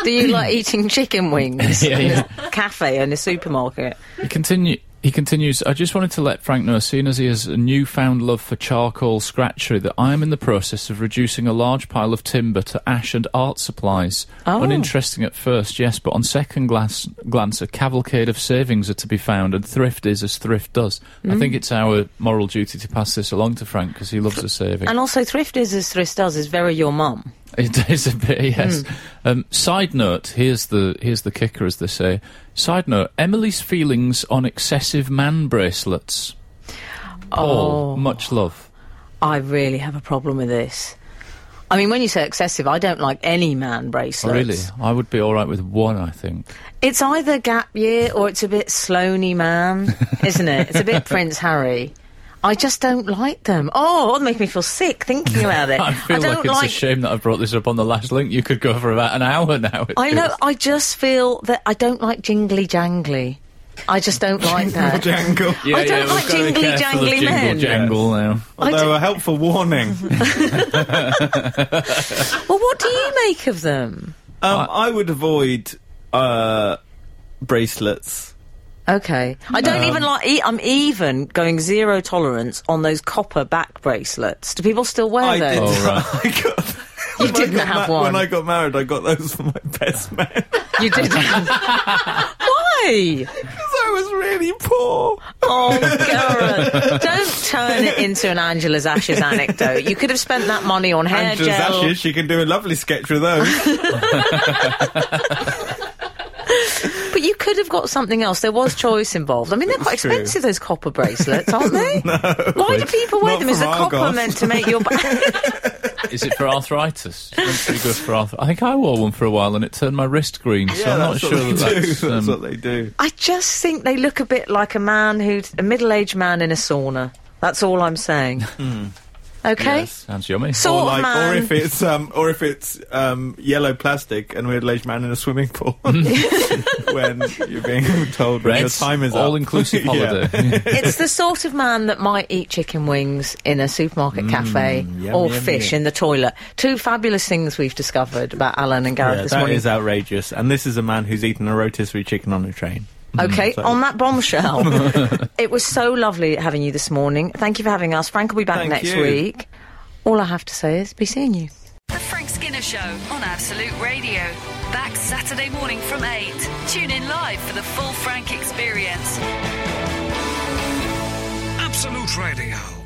Speaker 2: Do you like eating chicken wings
Speaker 3: <laughs> Yeah,
Speaker 2: in
Speaker 3: yeah.
Speaker 2: a cafe in a supermarket?
Speaker 3: He continue. He continues, I just wanted to let Frank know, seeing as he has a newfound love for charcoal scratchery, that I am in the process of reducing a large pile of timber to ash and art supplies.
Speaker 2: Oh.
Speaker 3: Uninteresting at first, yes, but on second glance, glance, a cavalcade of savings are to be found, and thrift is as thrift does. I
Speaker 2: Mm.
Speaker 3: think it's our moral duty to pass this along to Frank because he loves
Speaker 2: <laughs>
Speaker 3: a saving.
Speaker 2: And also, thrift is as thrift does is very your mum.
Speaker 3: It is a bit, yes.
Speaker 2: Mm.
Speaker 3: Um, side note: here's the here's the kicker, as they say. Side note: Emily's feelings on excessive man bracelets. Paul,
Speaker 2: Oh.
Speaker 3: much love.
Speaker 2: I really have a problem with this. I mean, when you say excessive, I don't like any man bracelets.
Speaker 3: Oh, Really, I would be all right with one. I think.
Speaker 2: It's either gap year or it's a bit Sloaney
Speaker 3: <laughs>
Speaker 2: man, isn't it? It's a bit Prince Harry. I just don't like them. Oh, it make me feel sick thinking about it.
Speaker 3: <laughs> I feel
Speaker 2: don't
Speaker 3: like it's a shame that I brought this up on the last link. You could go for about an hour now. it
Speaker 2: I know.
Speaker 3: feels.
Speaker 2: I just feel that I don't like jingly jangly. I just don't
Speaker 3: <laughs>
Speaker 2: like that. <laughs>
Speaker 4: <laughs> jangle.
Speaker 3: Yeah,
Speaker 2: I don't
Speaker 3: yeah, we've
Speaker 2: like
Speaker 3: gotta be
Speaker 2: jingly
Speaker 3: careful of
Speaker 2: jangly
Speaker 3: jingle
Speaker 2: men.
Speaker 3: jangle now.
Speaker 4: Although a helpful
Speaker 2: <laughs>
Speaker 4: warning. um,
Speaker 2: well, what do you make of them?
Speaker 4: I would avoid uh, bracelets.
Speaker 2: Okay, I don't even like. E- I'm even going zero tolerance on those copper back bracelets. Do people still wear
Speaker 4: I
Speaker 2: those?
Speaker 4: did.
Speaker 3: Oh, right.
Speaker 4: <laughs> I got,
Speaker 2: You
Speaker 4: when I
Speaker 2: didn't
Speaker 4: got
Speaker 2: have
Speaker 4: ma-
Speaker 2: one.
Speaker 4: When I got married, I got those for my best man <laughs>
Speaker 2: You did. Why?
Speaker 4: because I was really poor.
Speaker 2: Oh, Gareth, don't turn it into an Angela's Ashes anecdote. You could have spent that money on hair
Speaker 4: Angela's
Speaker 2: gel.
Speaker 4: ashes. She can do a lovely sketch
Speaker 2: <laughs>
Speaker 4: with those.
Speaker 2: But you could have got something else. There was choice involved. I mean, they're quite
Speaker 4: That's true.
Speaker 2: expensive, those copper bracelets, aren't
Speaker 4: <laughs>
Speaker 2: they? no. Why do people wear
Speaker 4: Not
Speaker 2: them? Is the
Speaker 4: from
Speaker 2: copper
Speaker 4: Argos.
Speaker 2: meant to make
Speaker 4: <laughs>
Speaker 2: your back?
Speaker 3: Is it for
Speaker 2: <laughs>
Speaker 3: arthritis? It's pretty good for arthritis. I think I wore one for a while and it turned my wrist green. so I'm not
Speaker 4: that's
Speaker 3: sure
Speaker 4: what they
Speaker 3: that
Speaker 4: do. <laughs>
Speaker 3: that's. um,
Speaker 4: what they do.
Speaker 2: I just think they look a bit like a man who, a middle-aged man in a sauna. That's all I'm
Speaker 4: <laughs>
Speaker 2: saying. Okay.
Speaker 4: Hmm. Yes. <laughs>
Speaker 3: sounds yummy.
Speaker 2: Sort
Speaker 4: Or
Speaker 2: of
Speaker 4: like,
Speaker 2: man.
Speaker 4: or if it's um, or if it's um, yellow plastic and middle-aged man in a swimming
Speaker 3: <laughs>
Speaker 4: pool <laughs> when you're being told when your
Speaker 3: Reds,
Speaker 4: time is up.
Speaker 3: all-inclusive
Speaker 4: <laughs> Yeah.
Speaker 3: holiday.
Speaker 2: it's the sort of man that might eat chicken wings in a supermarket cafe
Speaker 4: Hmm. yum,
Speaker 2: or
Speaker 4: yum,
Speaker 2: fish
Speaker 4: yum.
Speaker 2: in the toilet. Two fabulous things we've discovered about Alan and Gareth
Speaker 4: Yeah,
Speaker 2: this
Speaker 4: that
Speaker 2: morning.
Speaker 4: is outrageous. And this is a man who's eaten a rotisserie chicken on a train.
Speaker 2: Okay, on that
Speaker 4: <laughs>
Speaker 2: bombshell, <laughs> it was so lovely having you this morning. Thank you for having us. Frank will be back
Speaker 4: Thank
Speaker 2: next
Speaker 4: you.
Speaker 2: week. All I have to say is be seeing you.
Speaker 1: The Frank Skinner Show on Absolute Radio. Back Saturday morning from 8. Tune in live for the full Frank experience.
Speaker 5: Absolute Radio.